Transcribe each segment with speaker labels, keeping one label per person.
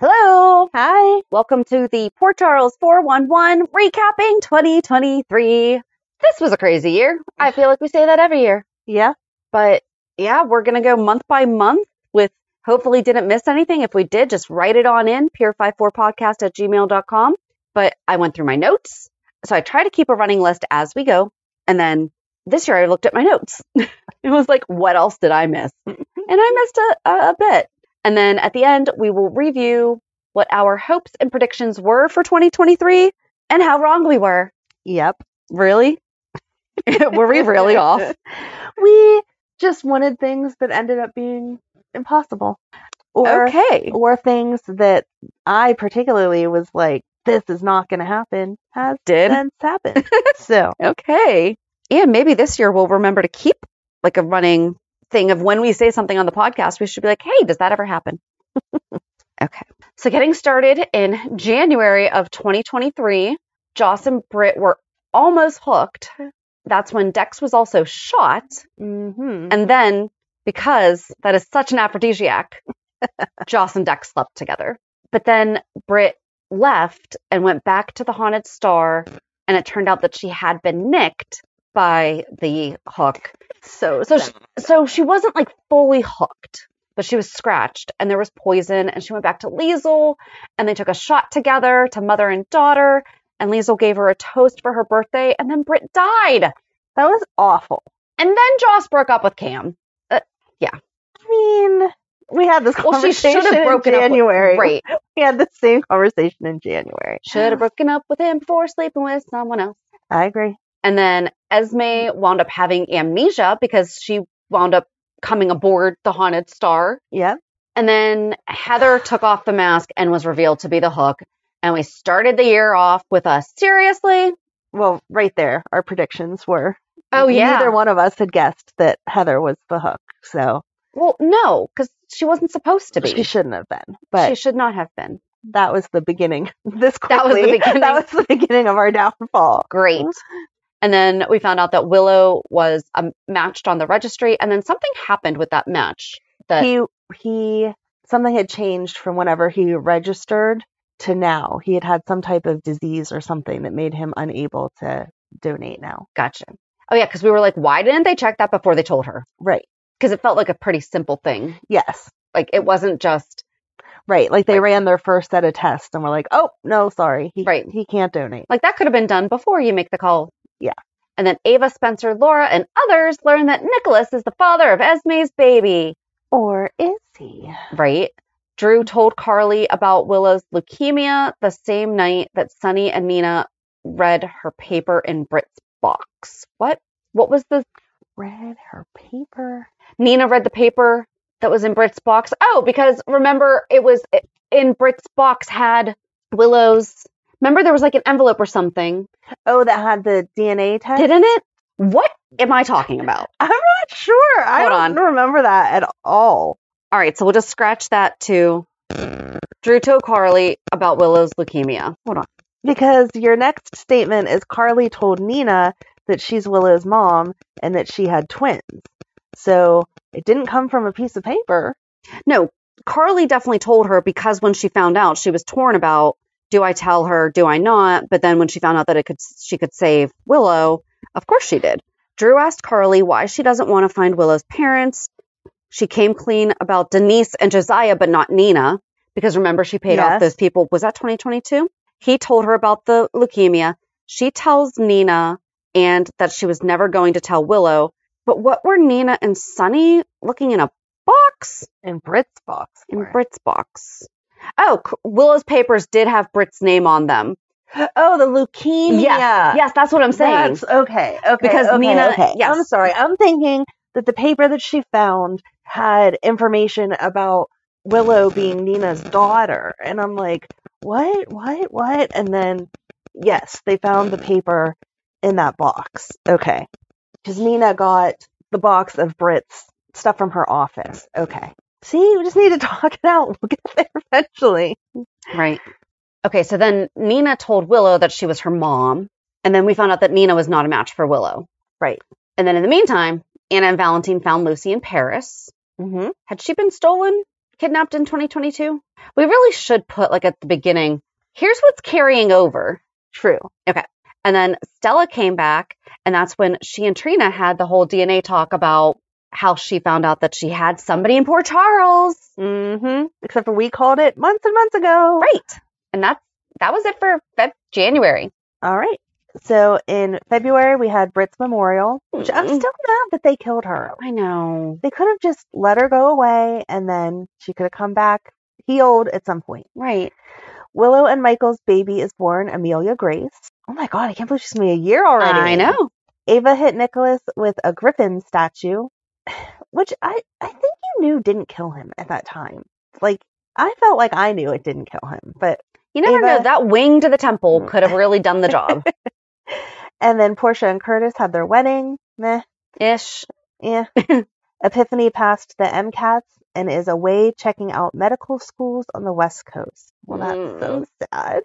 Speaker 1: Hello. Hi. Welcome to the Port Charles 411 recapping 2023.
Speaker 2: this was a crazy year. I feel like we say that every year,
Speaker 1: Yeah.
Speaker 2: but yeah, we're going to go month by month with hopefully didn't miss anything. If we did, just write it on in peer54podcast at gmail.com. But I went through my notes. So I try to keep a running list as we go. And then this year I looked at my notes. it was like, what else did I miss? and I missed a, a, a bit. And then at the end, we will review what our hopes and predictions were for 2023 and how wrong we were.
Speaker 1: Yep.
Speaker 2: Really? Were we really off?
Speaker 1: We just wanted things that ended up being impossible. Or
Speaker 2: okay.
Speaker 1: or things that I particularly was like, this is not going to happen, has
Speaker 2: Did.
Speaker 1: since happened. so,
Speaker 2: Okay. And maybe this year we'll remember to keep like a running thing of when we say something on the podcast, we should be like, hey, does that ever happen? okay. So, getting started in January of 2023, Joss and Britt were almost hooked. That's when Dex was also shot.
Speaker 1: hmm
Speaker 2: And then, because that is such an aphrodisiac, Joss and Dex slept together. But then Britt left and went back to the Haunted Star, and it turned out that she had been nicked by the hook.
Speaker 1: so,
Speaker 2: So, she, so she wasn't like fully hooked, but she was scratched, and there was poison. And she went back to Liesel, and they took a shot together to mother and daughter. And Liesel gave her a toast for her birthday, and then Britt died.
Speaker 1: that was awful.
Speaker 2: And then Joss broke up with Cam.
Speaker 1: I mean, we had this
Speaker 2: Well, she
Speaker 1: conversation
Speaker 2: should have broken
Speaker 1: in
Speaker 2: up.
Speaker 1: January.
Speaker 2: With, right.
Speaker 1: We had the same conversation in January.
Speaker 2: Should have broken up with him before sleeping with someone else.
Speaker 1: I agree.
Speaker 2: And then Esme wound up having amnesia because she wound up coming aboard the Haunted Star.
Speaker 1: Yep.
Speaker 2: And then Heather took off the mask and was revealed to be the hook. And we started the year off with a seriously?
Speaker 1: Well, right there, our predictions were.
Speaker 2: Oh, yeah.
Speaker 1: Neither one of us had guessed that Heather was the hook, so
Speaker 2: Well, no, because she wasn't supposed to be.
Speaker 1: she shouldn't have been. But
Speaker 2: she should not have been.
Speaker 1: that was the beginning. This quickly,
Speaker 2: That was the beginning.
Speaker 1: that was the beginning of our downfall.
Speaker 2: Great. And then we found out that Willow was um, matched on the registry. And then something happened with that match. That
Speaker 1: He he something had changed from whenever he registered to now. He had had some type of disease or something that made him unable to donate now.
Speaker 2: Gotcha. Oh yeah, because we were like, why didn't they check that before they told her?
Speaker 1: Right.
Speaker 2: Because it felt like a pretty simple thing.
Speaker 1: Yes.
Speaker 2: Like it wasn't just
Speaker 1: Right. Like they ran their first set of tests and were like, "Oh, no, sorry. He
Speaker 2: Right.
Speaker 1: he can't donate."
Speaker 2: like that could have been done before you make the call.
Speaker 1: Yeah.
Speaker 2: And then Ava, Spencer, Laura, and others learn that Nicholas is the father of Esme's baby.
Speaker 1: Or is he?
Speaker 2: Right. Drew told Carly about Willow's leukemia the same night that Sunny and Nina read her paper in Brit's box. What? What was the
Speaker 1: Read her paper.
Speaker 2: Nina read the paper that was in Brit's box. Oh, because remember it was in Brit's box had Willow's. Remember there was like an envelope or something,
Speaker 1: Oh, that had the DNA test.
Speaker 2: didn't it? What am I talking about?
Speaker 1: I'm not sure. I
Speaker 2: Hold
Speaker 1: don't remember that at all.
Speaker 2: All right, so we'll just scratch that too. Drew told Carly about Willow's leukemia. Hold on.
Speaker 1: Because your next statement is Carly told Nina that she's Willow's mom and that she had twins. So it didn't come from a piece of paper.
Speaker 2: No, Carly definitely told her because when she found out, she was torn about do I tell her, do I not? But then when she found out that it could she could save Willow, of course she did. Drew asked Carly why she doesn't want to find Willow's parents. She came clean about Denise and Josiah, but not Nina, because remember she paid off
Speaker 1: Yes.
Speaker 2: those people. Was that 2022? He told her about the leukemia. She tells Nina and that she was never going to tell Willow. But what were Nina and Sunny looking in a box?
Speaker 1: In Brit's box.
Speaker 2: in
Speaker 1: for it.
Speaker 2: Brit's box. Oh, C- Willow's papers did have Brit's name on them.
Speaker 1: oh, the leukemia.
Speaker 2: Yes, yes, that's what I'm saying.
Speaker 1: That's okay. Okay.
Speaker 2: Because
Speaker 1: okay,
Speaker 2: Nina-
Speaker 1: Okay.
Speaker 2: yes.
Speaker 1: I'm sorry. I'm thinking that the paper that she found had information about Willow being Nina's daughter, and I'm like, what? What? What? And then, yes, they found the paper in that box. Okay. Because Nina got the box of Brit's stuff from her office. Okay. See, we just need to talk it out. We'll get there eventually.
Speaker 2: right. Okay, so then Nina told Willow that she was her mom, and then we found out that Nina was not a match for Willow.
Speaker 1: Right.
Speaker 2: And then in the meantime, Anna and Valentine found Lucy in Paris.
Speaker 1: Mm-hmm.
Speaker 2: Had she been stolen, kidnapped in 2022? We really should put like at the beginning. Here's what's carrying over.
Speaker 1: True.
Speaker 2: And then Stella came back, and that's when she and Trina had the whole DNA talk about how she found out that she had somebody in poor Charles.
Speaker 1: Mm-hmm. Except for we called it months and months ago.
Speaker 2: Right. And that's that was it for Feb- January.
Speaker 1: All right. So in February, we had Brit's memorial. Which I'm still
Speaker 2: Mm.
Speaker 1: mad that they killed her.
Speaker 2: I know.
Speaker 1: They could have just let her go away and then she could have come back healed at some point.
Speaker 2: Right.
Speaker 1: Willow and Michael's baby is born, Amelia Grace. Oh my God, I can't believe she's going to be a year already.
Speaker 2: I know.
Speaker 1: Ava hit Nicholas with a griffin statue, which I, I think you knew didn't kill him at that time. Like, I felt like I knew it didn't kill him, but
Speaker 2: You never
Speaker 1: Ava- Mm.
Speaker 2: know. That wing to the temple could have really done the job.
Speaker 1: And then Portia and Curtis had their wedding. Meh,
Speaker 2: Ish.
Speaker 1: yeah. Eh. Epiphany passed the MCATs and is away checking out medical schools on the West Coast. Well, that's
Speaker 2: Hmm.
Speaker 1: so sad.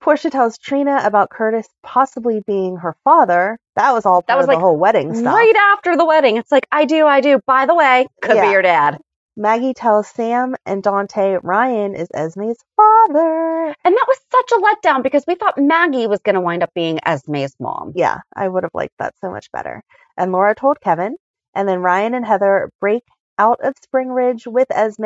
Speaker 1: Portia tells Trina about Curtis possibly being her father. That was all part
Speaker 2: That was
Speaker 1: of
Speaker 2: like
Speaker 1: the whole wedding stuff.
Speaker 2: Right after the wedding. It's like, I do, I do. By the way, could
Speaker 1: Yeah.
Speaker 2: be your dad.
Speaker 1: Maggie tells Sam and Dante Ryan is Esme's father.
Speaker 2: And that was such a letdown because we thought Maggie was going to wind up being Esme's mom.
Speaker 1: Yeah, I would have liked that so much better. And Laura told Kevin. And then Ryan and Heather break out of Spring Ridge with Esme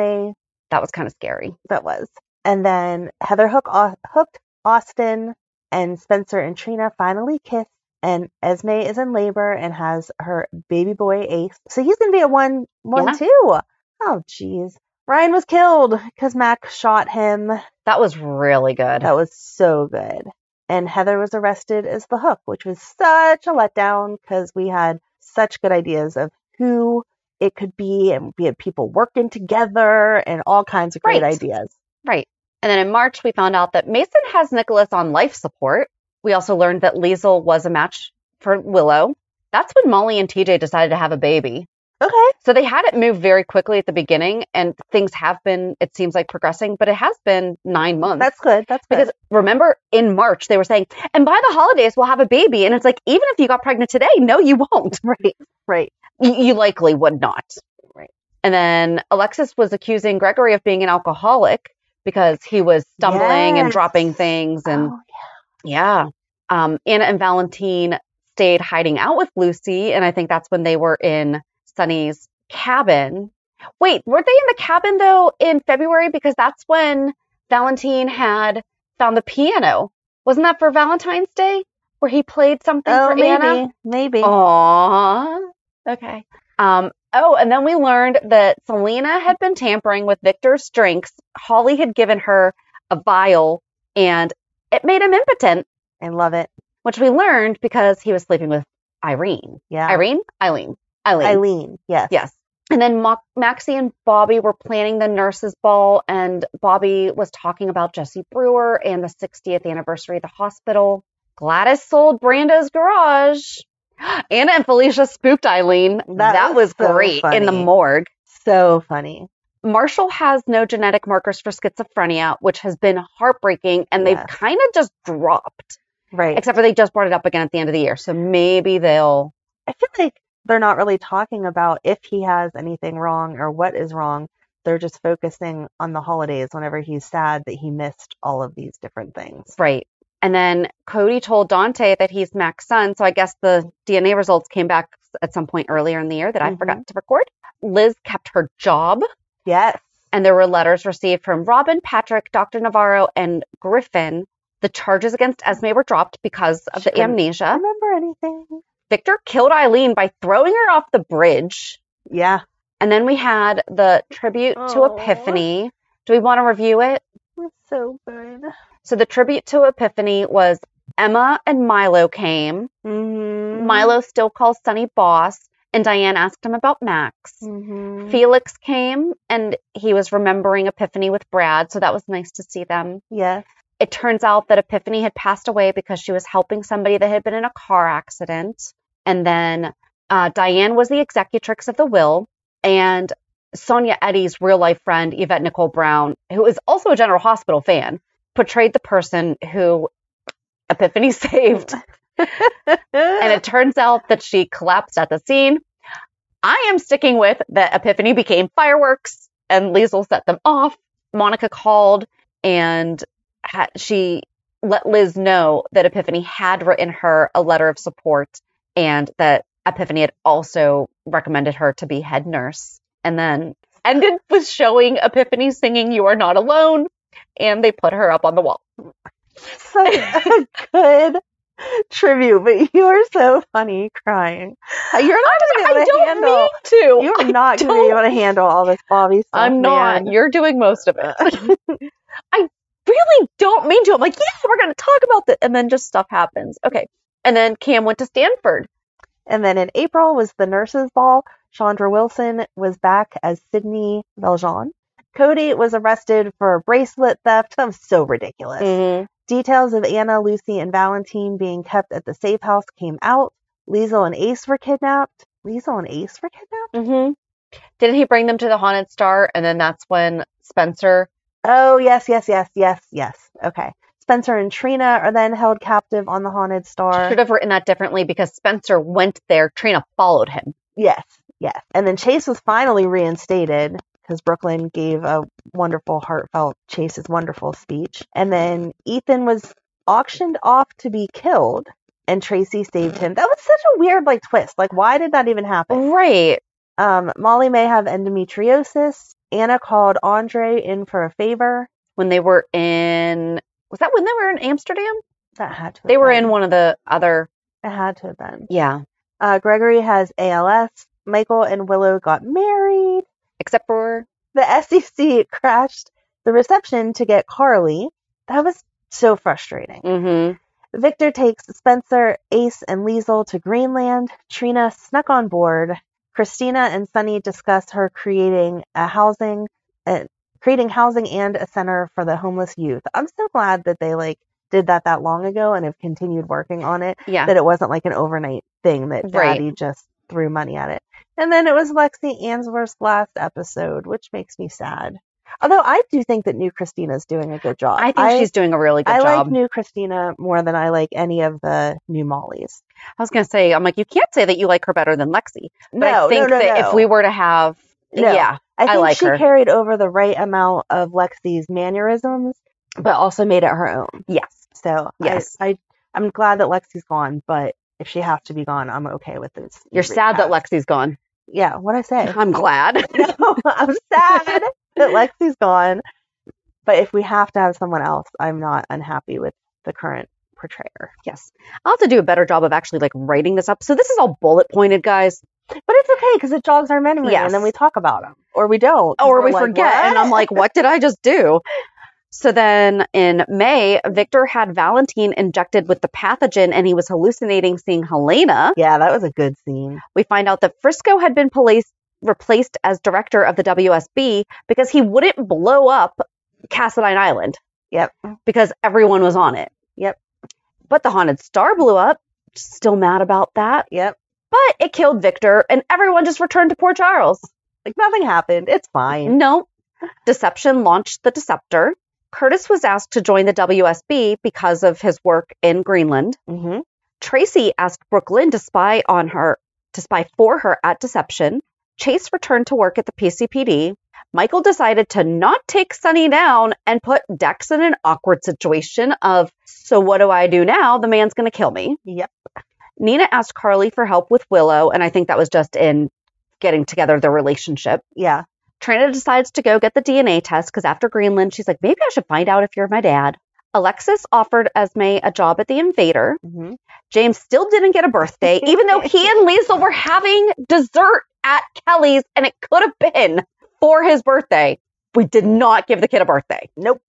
Speaker 2: That was kind of scary.
Speaker 1: that was. And then Heather Hook au- hooked Austin, and Spencer and Trina finally kiss. And Esme is in labor and has her baby boy Ace. So he's gonna be a one, one,
Speaker 2: Yeah.
Speaker 1: two. Oh, jeez. Ryan was killed because Mac shot him.
Speaker 2: That was really good.
Speaker 1: That was so good. And Heather was arrested as the hook, which was such a letdown because we had such good ideas of who it could be, and we had people working together and all kinds of great
Speaker 2: Right.
Speaker 1: ideas.
Speaker 2: Right. And then in March, we found out that Mason has Nicholas on life support. We also learned that Liesel was a match for Willow. That's when Molly and TJ decided to have a baby.
Speaker 1: Okay.
Speaker 2: So they had it move very quickly at the beginning, and things have been, it seems like, progressing, but it has been nine months.
Speaker 1: That's good. That's good.
Speaker 2: because remember in March, they were saying, and by the holidays, we'll have a baby. And it's like, even if you got pregnant today, no, you won't.
Speaker 1: right, right.
Speaker 2: Y- you likely would not.
Speaker 1: Right.
Speaker 2: And then Alexis was accusing Gregory of being an alcoholic because he was stumbling and
Speaker 1: Yes.
Speaker 2: dropping things. And
Speaker 1: Oh,
Speaker 2: yeah. Um, Anna and Valentine stayed hiding out with Lucy. And I think that's when they were in Sunny's cabin. Wait, weren't they in the cabin though in February? Because that's when Valentine had found the piano. Wasn't that for Valentine's Day
Speaker 1: Oh,
Speaker 2: Oh, where he played something
Speaker 1: yeah. oh
Speaker 2: for
Speaker 1: maybe,
Speaker 2: Anna?
Speaker 1: maybe.
Speaker 2: Aww. Okay. Um, Oh, and then we learned that Selena had been tampering with Victor's drinks. Holly had given her a vial and it made him impotent,
Speaker 1: I love it.
Speaker 2: which we learned because he was sleeping with Irene.
Speaker 1: Yeah.
Speaker 2: Irene? Eileen. Eileen.
Speaker 1: Eileen. Yes.
Speaker 2: Yes. And then Mo- Maxie and Bobby were planning the nurses' ball, and Bobby was talking about Jesse Brewer and the 60th anniversary of the hospital. Gladys sold Brando's garage. Anna and Felicia spooked Eileen.
Speaker 1: That
Speaker 2: That,
Speaker 1: was
Speaker 2: was,
Speaker 1: so
Speaker 2: great in the
Speaker 1: funny.
Speaker 2: morgue.
Speaker 1: So funny.
Speaker 2: Marshall has no genetic markers for schizophrenia, which has been heartbreaking, and they've
Speaker 1: Yes.
Speaker 2: kind of just dropped,
Speaker 1: Right.
Speaker 2: except for they just brought it up again at the end of the year. So maybe they'll.
Speaker 1: I feel like they're not really talking about if he has anything wrong or what is wrong. They're just focusing on the holidays whenever he's sad that he missed all of these different things.
Speaker 2: Right. And then Cody told Dante that he's Mac's son. So I guess the DNA results came back at some point earlier in the year that I
Speaker 1: Mhm.
Speaker 2: forgot to record. Liz kept her job,
Speaker 1: Yes.
Speaker 2: and there were letters received from Robin, Patrick, Dr. Navarro, and Griffin. The charges against Esme were dropped because of
Speaker 1: She
Speaker 2: the
Speaker 1: couldn't-
Speaker 2: amnesia.
Speaker 1: Remember anything?
Speaker 2: Victor killed Eileen by throwing her off the bridge.
Speaker 1: Yeah.
Speaker 2: And then we had the tribute
Speaker 1: Aw.
Speaker 2: to Epiphany. Do we want to review it?
Speaker 1: That's so good.
Speaker 2: So the tribute to Epiphany was Emma and Milo came.
Speaker 1: Mm-hmm.
Speaker 2: Milo still calls Sonny boss, and Diane asked him about Max.
Speaker 1: Mm-hmm.
Speaker 2: Felix came and he was remembering Epiphany with Brad, so that was nice to see them.
Speaker 1: Yes.
Speaker 2: It turns out that Epiphany had passed away because she was helping somebody that had been in a car accident. And then uh, Diane was the executrix of the will, and Sonia Eddy's real life friend, Yvette Nicole Brown, who is also a General Hospital fan, portrayed the person who Epiphany saved and it turns out that she collapsed at the scene. I am sticking with that Epiphany became fireworks and Liesl set them off. Monica called and ha- she let Liz know that Epiphany had written her a letter of support and that Epiphany had also recommended her to be head nurse. And then ended with showing Epiphany singing You Are Not Alone. And they put her up on the wall.
Speaker 1: such a good tribute, but you are so funny crying. You're not
Speaker 2: I
Speaker 1: going to be able to
Speaker 2: don't
Speaker 1: handle.
Speaker 2: mean to.
Speaker 1: You're not going to be able to handle all this Bobby stuff.
Speaker 2: I'm not.
Speaker 1: man.
Speaker 2: You're doing most of it. I really don't mean to. I'm like, yeah, we're going to talk about this. And then just stuff happens. Okay. And then Cam went to Stanford.
Speaker 1: And then in April was the nurses' ball. Chandra Wilson was back as Sydney Valjean. Cody was arrested for bracelet theft. That was so ridiculous.
Speaker 2: Mm-hmm.
Speaker 1: Details of Anna, Lucy, and Valentine being kept at the safe house came out. Liesel and Ace were kidnapped. Liesel and Ace were kidnapped?
Speaker 2: hmm Didn't he bring them to the Haunted Star? And then that's when Spencer.
Speaker 1: Oh, yes, yes, yes, yes, yes. Okay. Spencer and Trina are then held captive on the Haunted Star.
Speaker 2: Should have written that differently because Spencer went there. Trina followed him.
Speaker 1: Yes, yes. And then Chase was finally reinstated because Brooklyn gave a wonderful, heartfelt Chase's wonderful speech. And then Ethan was auctioned off to be killed, and Tracy saved him. That was such a weird like twist. Like, why did that even happen?
Speaker 2: Right.
Speaker 1: Um, Molly may have endometriosis. Anna called Andre in for a favor.
Speaker 2: When they were in. Was that when they were in Amsterdam?
Speaker 1: That had to. Have
Speaker 2: They were
Speaker 1: been.
Speaker 2: in one of the other.
Speaker 1: It had to have been.
Speaker 2: Yeah.
Speaker 1: Uh, Gregory has ALS. Michael and Willow got married.
Speaker 2: Except for.
Speaker 1: the SEC crashed the reception to get Carly. That was so frustrating.
Speaker 2: Mm-hmm.
Speaker 1: Victor takes Spencer, Ace, and Liesel to Greenland. Trina snuck on board. Christina and Sunny discuss her creating a housing, uh, creating housing and a center for the homeless youth. I'm so glad that they like did that that long ago and have continued working on it.
Speaker 2: Yeah.
Speaker 1: That it wasn't like an overnight thing that
Speaker 2: Right.
Speaker 1: Daddy just threw money at it. And then it was Lexi Answorth's last episode, which makes me sad. Although I do think that new Christina's doing a good job.
Speaker 2: I think she's doing a really good
Speaker 1: I
Speaker 2: job.
Speaker 1: like new Christina more than I like any of the new Mollies.
Speaker 2: I was gonna say, I'm like, you can't say that you like her better than Lexi. But
Speaker 1: No, no,
Speaker 2: I think
Speaker 1: no,
Speaker 2: that
Speaker 1: no.
Speaker 2: if we were to have,
Speaker 1: No.
Speaker 2: yeah,
Speaker 1: I think
Speaker 2: like
Speaker 1: she
Speaker 2: her.
Speaker 1: carried over the right amount of Lexi's mannerisms, but also made it her own.
Speaker 2: yes,
Speaker 1: So I-
Speaker 2: Yes.
Speaker 1: I, I'm glad that Lexi's gone, but if she has to be gone, I'm okay with this.
Speaker 2: you're sad that
Speaker 1: recast.
Speaker 2: Lexi's gone.
Speaker 1: Yeah, what I say.
Speaker 2: I'm glad.
Speaker 1: no, I'm sad that Lexi's gone. But if we have to have someone else, I'm not unhappy with the current
Speaker 2: portrayer. Yes. I'll have to do a better job of actually like writing this up. So this is all bullet pointed, guys.
Speaker 1: But it's okay because it jogs our memory,
Speaker 2: Yes.
Speaker 1: and then we talk about them, or Oh, we don't, 'cause
Speaker 2: Or
Speaker 1: we're
Speaker 2: we
Speaker 1: like,
Speaker 2: forget.
Speaker 1: "What?"
Speaker 2: And I'm like, what did I just do? So then in May, Victor had Valentine injected with the pathogen and he was hallucinating seeing Helena.
Speaker 1: yeah, that was a good scene.
Speaker 2: we find out that Frisco had been police, replaced as director of the WSB because he wouldn't blow up Cassadine Island
Speaker 1: Yep.
Speaker 2: because everyone was on it.
Speaker 1: Yep.
Speaker 2: But the Haunted Star blew up. Still mad about that.
Speaker 1: Yep.
Speaker 2: But it killed Victor and everyone just returned to poor Charles.
Speaker 1: Like nothing happened. It's fine.
Speaker 2: No. Deception launched the Deceptor. Curtis was asked to join the WSB because of his work in Greenland.
Speaker 1: hmm
Speaker 2: Tracy asked Brooklyn to spy on her, to spy for her at Deception. Chase returned to work at the PCPD. Michael decided to not take Sunny down and put Dex in an awkward situation of, so what do I do now? The man's going to kill me.
Speaker 1: Yep.
Speaker 2: Nina asked Carly for help with Willow, and I think that was just in getting together their relationship.
Speaker 1: Yeah.
Speaker 2: Trina decides to go get the DNA test because after Greenland, she's like, maybe I should find out if you're my dad. Alexis offered Esme a job at the Invader.
Speaker 1: hmm
Speaker 2: James still didn't get a birthday, even though he and Liesl were having dessert at Kelly's, and it could have been for his birthday. We did not give the kid a birthday.
Speaker 1: Nope.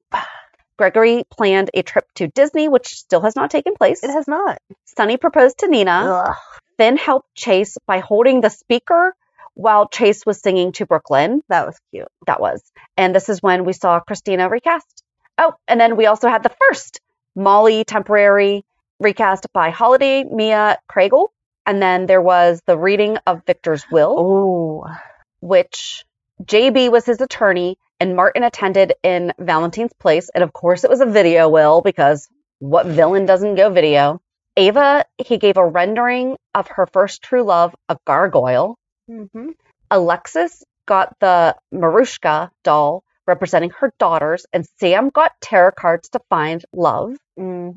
Speaker 2: Gregory planned a trip to Disney, which still has not taken place.
Speaker 1: It has not.
Speaker 2: Sunny proposed to Nina.
Speaker 1: Ugh.
Speaker 2: Finn helped Chase by holding the speaker while Chase was singing to Brooklyn.
Speaker 1: That was cute.
Speaker 2: That was. And this is when we saw Christina recast. Oh, and then we also had the first Molly temporary recast by Holiday, Mia Craigle. And then there was the reading of Victor's will,
Speaker 1: Oh,
Speaker 2: which JB was his attorney and Martin attended in Valentine's place. And of course, it was a video will because what villain doesn't go video? Ava, he gave a rendering of her first true love, a gargoyle.
Speaker 1: hmm
Speaker 2: Alexis got the Marushka doll representing her daughters, and Sam got tarot cards to find love.
Speaker 1: hmm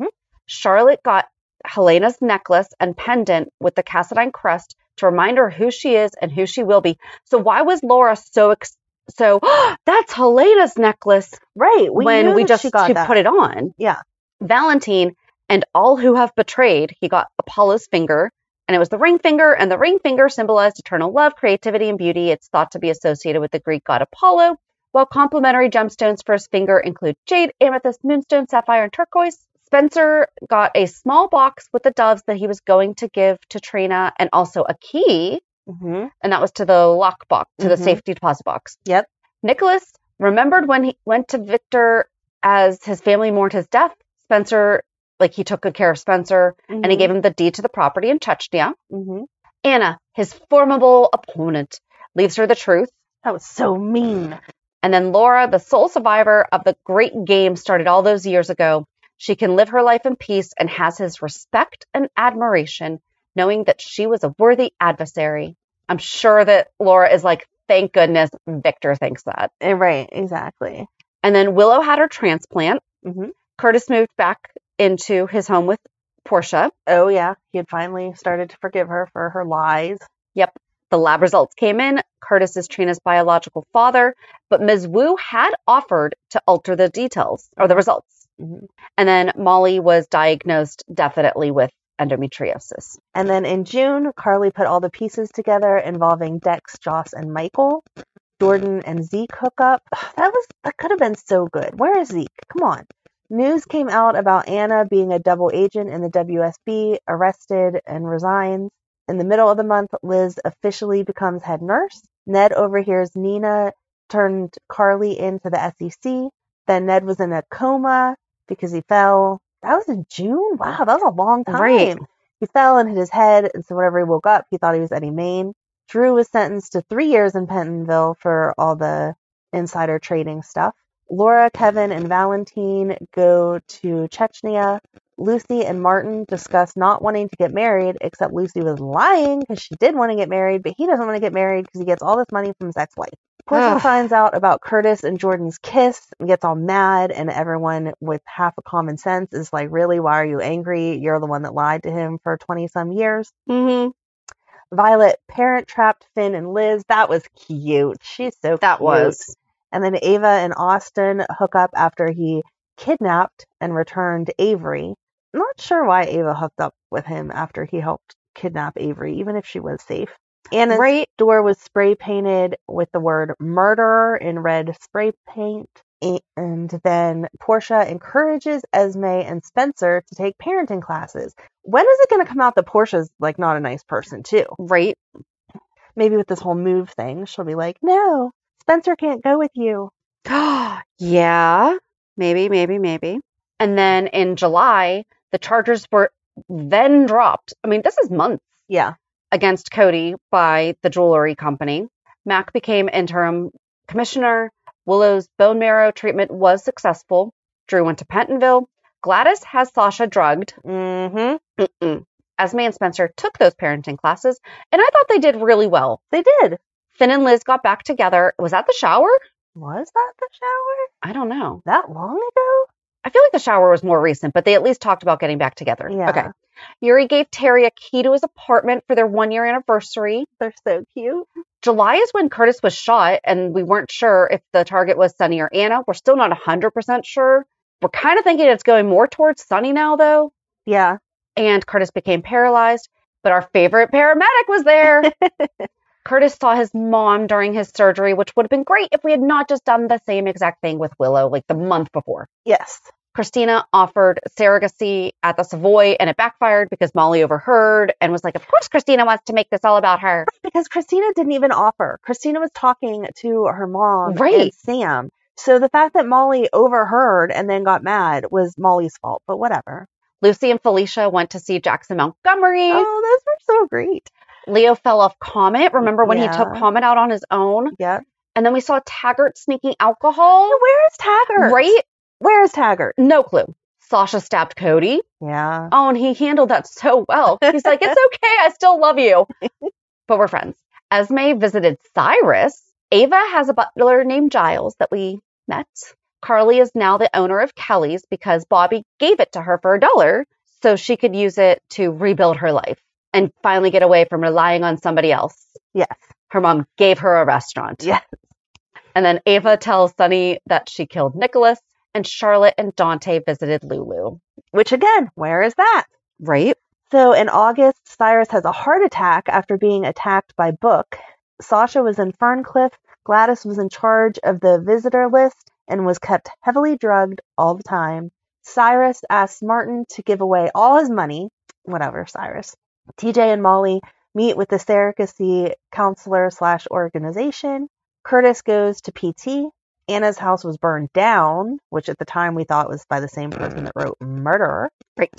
Speaker 2: Charlotte got Helena's necklace and pendant with the Cassadine crest to remind her who she is and who she will be. So why was Laura so ex- so? that's Helena's necklace
Speaker 1: right. We
Speaker 2: when
Speaker 1: knew
Speaker 2: we
Speaker 1: that
Speaker 2: just
Speaker 1: she got
Speaker 2: to
Speaker 1: that.
Speaker 2: put it on.
Speaker 1: Yeah.
Speaker 2: Valentine and all who have betrayed, he got Apollo's finger, and it was the ring finger, and the ring finger symbolized eternal love, creativity, and beauty. It's thought to be associated with the Greek god Apollo, while complementary gemstones for his finger include jade, amethyst, moonstone, sapphire, and turquoise. Spencer got a small box with the doves that he was going to give to Trina, and also a key,
Speaker 1: Mhm.
Speaker 2: and that was to the lock box, to the
Speaker 1: Mhm.
Speaker 2: safety deposit box.
Speaker 1: Yep.
Speaker 2: Nicholas remembered when he went to Victor as his family mourned his death. Spencer, like he took good care of Spencer and he gave him the deed to the property in Chechnya.
Speaker 1: hmm
Speaker 2: Anna, his formidable opponent, leaves her the truth.
Speaker 1: That was so mean.
Speaker 2: And then Laura, the sole survivor of the great game started all those years ago, she can live her life in peace and has his respect and admiration, knowing that she was a worthy adversary. I'm sure that Laura is like, thank goodness Victor thinks that.
Speaker 1: Eh, Right. Exactly.
Speaker 2: And then Willow had her transplant.
Speaker 1: Mhm.
Speaker 2: Curtis moved back into his home with Portia.
Speaker 1: Oh yeah. He had finally started to forgive her for her lies.
Speaker 2: The lab results came in. Curtis is Trina's biological father, but Ms. Wu had offered to alter the details or the results.
Speaker 1: Mhm.
Speaker 2: And then Molly was diagnosed definitely with endometriosis.
Speaker 1: And then in June, Carly put all the pieces together involving Dex, Joss, and Michael. Jordan and Zeke hook up. Ugh, That was that could have been so good. Where is Zeke? Come on. News came out about Anna being a double agent in the WSB, arrested and resigns. In the middle of the month, Liz officially becomes head nurse. Ned overhears Nina turned Carly into the SEC. Then Ned was in a coma because he fell. That was in June. Wow, that was a long time.
Speaker 2: Right.
Speaker 1: He fell and hit his head, and so whenever he woke up, he thought he was Eddie Maine. Drew was sentenced to three years in Pentonville for all the insider trading stuff. Laura, Kevin, and Valentine go to Chechnya. Lucy and Martin discuss not wanting to get married, except Lucy was lying because she did want to get married, but he doesn't want to get married because he gets all this money from his ex wife. Portia
Speaker 2: Ugh.
Speaker 1: finds out about Curtis and Jordan's kiss and gets all mad, and everyone with half a common sense is like, Really? Why are you angry? You're the one that lied to him for 20 some years.
Speaker 2: Mm-hmm.
Speaker 1: Violet parent trapped Finn and Liz. That was cute. She's so
Speaker 2: That
Speaker 1: cute.
Speaker 2: was.
Speaker 1: And then Ava and Austin hook up after he kidnapped and returned Avery. Not sure why Ava hooked up with him after he helped kidnap Avery, even if she was safe. Anna's
Speaker 2: Right.
Speaker 1: door was spray painted with the word murder in red spray paint. And then Portia encourages Esme and Spencer to take parenting classes. When is it going to come out that Portia's like not a nice person too?
Speaker 2: Right.
Speaker 1: Maybe with this whole move thing, she'll be like, "No, Spencer can't go with you."
Speaker 2: yeah. Maybe, maybe, maybe. And then in July, the charges were then dropped. I mean, this is months
Speaker 1: Yeah,
Speaker 2: against Cody by the jewelry company. Mac became interim commissioner. Willow's bone marrow treatment was successful. Drew went to Pentonville. Gladys has Sasha drugged.
Speaker 1: mm-hmm.
Speaker 2: Mm-mm. Esme and Spencer took those parenting classes, and I thought they did really well.
Speaker 1: they did.
Speaker 2: Finn and Liz got back together. Was that the shower?
Speaker 1: Was that the shower
Speaker 2: I don't know.
Speaker 1: that long ago?
Speaker 2: I feel like the shower was more recent, but they at least talked about getting back together.
Speaker 1: Yeah.
Speaker 2: Okay. Yuri gave Terry a key to his apartment for their one year anniversary.
Speaker 1: They're so cute.
Speaker 2: July is when Curtis was shot, and we weren't sure if the target was Sunny or Anna. We're still not 100% sure. We're kind of thinking it's going more towards Sunny now, though.
Speaker 1: Yeah,
Speaker 2: and Curtis became paralyzed, but our favorite paramedic was there. Curtis saw his mom during his surgery, which would have been great if we had not just done the same exact thing with Willow like the month before.
Speaker 1: yes.
Speaker 2: Christina offered surrogacy at the Savoy and it backfired because Molly overheard and was like, Of course, Christina wants to make this all about her.
Speaker 1: because Christina didn't even offer. Christina was talking to her mom and
Speaker 2: Right.
Speaker 1: Sam. So the fact that Molly overheard and then got mad was Molly's fault, but whatever.
Speaker 2: Lucy and Felicia went to see Jackson Montgomery.
Speaker 1: Oh, those were so great.
Speaker 2: Leo fell off Comet. Remember when
Speaker 1: Yeah.
Speaker 2: he took Comet out on his own?
Speaker 1: Yep.
Speaker 2: And then we saw Taggart sneaking alcohol.
Speaker 1: Where is Taggart?
Speaker 2: Right?
Speaker 1: Where is Taggart?
Speaker 2: No clue. Sasha stabbed Cody.
Speaker 1: Yeah.
Speaker 2: Oh, and he handled that so well. He's like, it's okay. I still love you. But we're friends. Esme visited Cyrus. Ava has a butler named Giles that we met. Carly is now the owner of Kelly's because Bobby gave it to her for a dollar so she could use it to rebuild her life and finally get away from relying on somebody else.
Speaker 1: Yes.
Speaker 2: Her mom gave her a restaurant.
Speaker 1: Yes.
Speaker 2: And then Ava tells Sunny that she killed Nicholas, and Charlotte and Dante visited Lulu.
Speaker 1: Which again, where is that?
Speaker 2: Right?
Speaker 1: So in August, Cyrus has a heart attack after being attacked by Book. Sasha was in Ferncliff. Gladys was in charge of the visitor list and was kept heavily drugged all the time. Cyrus asked Martin to give away all his money. Whatever, Cyrus. TJ and Molly meet with the surrogacy counselor slash organization. Curtis goes to PT. Anna's house was burned down, which at the time we thought was by the same person that wrote Murderer.
Speaker 2: Right.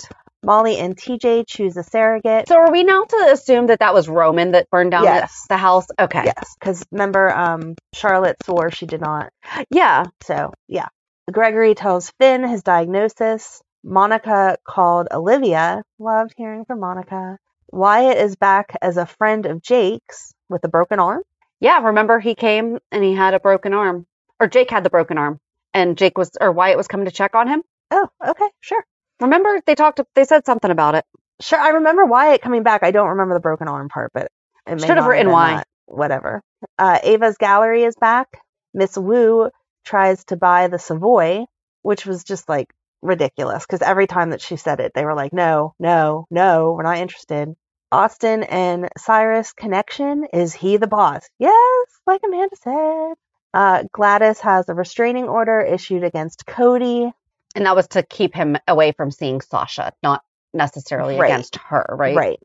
Speaker 1: Molly and TJ choose a surrogate.
Speaker 2: So are we now to assume that that was Roman that burned down
Speaker 1: Yes.
Speaker 2: the, the house? Okay.
Speaker 1: yes, because remember, um, Charlotte swore she did not.
Speaker 2: Yeah.
Speaker 1: So yeah, Gregory tells Finn his diagnosis. Monica called Olivia. Loved hearing from Monica. Wyatt is back as a friend of Jake's with a broken arm.
Speaker 2: Yeah. Remember he came and he had a broken arm or Jake had the broken arm and Jake was, or Wyatt was coming to check on him.
Speaker 1: Oh, okay, sure,
Speaker 2: Remember they talked, they said something about it.
Speaker 1: sure. I remember Wyatt coming back. I don't remember the broken arm part, but it may
Speaker 2: Should have
Speaker 1: not
Speaker 2: written
Speaker 1: been
Speaker 2: why.
Speaker 1: that. Whatever. Uh, Ava's gallery is back. Miss Wu tries to buy the Savoy, which was just like ridiculous because every time that she said it, they were like, no, no, no, we're not interested. Austin and Cyrus connection is he the boss? Yes, like Amanda said. Uh, Gladys has a restraining order issued against Cody.
Speaker 2: And that was to keep him away from seeing Sasha, not necessarily
Speaker 1: Right.
Speaker 2: against her. Right.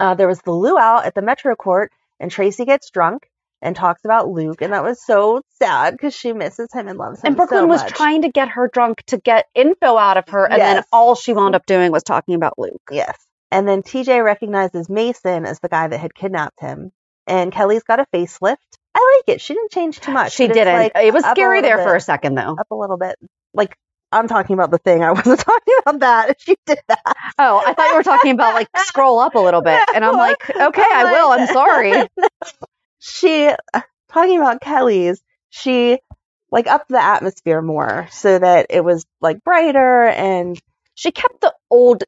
Speaker 1: Uh, there was the luau at the Metro Court, and Tracy gets drunk and talks about Luke, and that was so sad because she misses him and loves him.
Speaker 2: And Brooklyn
Speaker 1: so
Speaker 2: was
Speaker 1: much.
Speaker 2: trying to get her drunk to get info out of her. And then
Speaker 1: Yes.
Speaker 2: all she wound up doing was talking about Luke.
Speaker 1: Yes. And then TJ recognizes Mason as the guy that had kidnapped him. And Kelly's got a facelift. I like it. She didn't change too much.
Speaker 2: She
Speaker 1: but it's,
Speaker 2: didn't.
Speaker 1: like,
Speaker 2: it was
Speaker 1: up a
Speaker 2: scary
Speaker 1: little
Speaker 2: there for
Speaker 1: bit-
Speaker 2: a second though.
Speaker 1: Up a little bit. Like, I'm talking about the thing. I wasn't talking about that. She did that.
Speaker 2: Oh, I thought you were talking about like scroll up a little bit. And I'm like, okay,
Speaker 1: I'm
Speaker 2: I will. I'm
Speaker 1: like-
Speaker 2: sorry.
Speaker 1: She, talking about Kelly's, she, like, upped the atmosphere more so that it was, like, brighter and
Speaker 2: She kept the old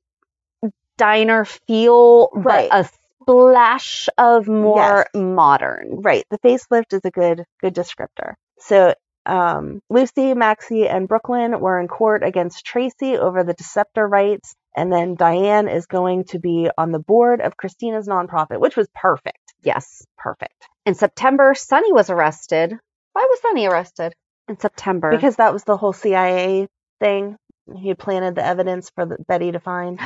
Speaker 2: diner feel,
Speaker 1: Right.
Speaker 2: but a splash of more
Speaker 1: Yes.
Speaker 2: modern.
Speaker 1: right. The facelift is a good, good descriptor. So Um, Lucy, Maxie, and Brooklyn were in court against Tracy over the Deceptor rights. And then Diane is going to be on the board of Christina's nonprofit, which was perfect.
Speaker 2: Yes.
Speaker 1: Perfect.
Speaker 2: In September, Sonny was arrested. Why was Sonny arrested in September?
Speaker 1: Because that was the whole CIA thing. He had planted the evidence for the, Betty to find.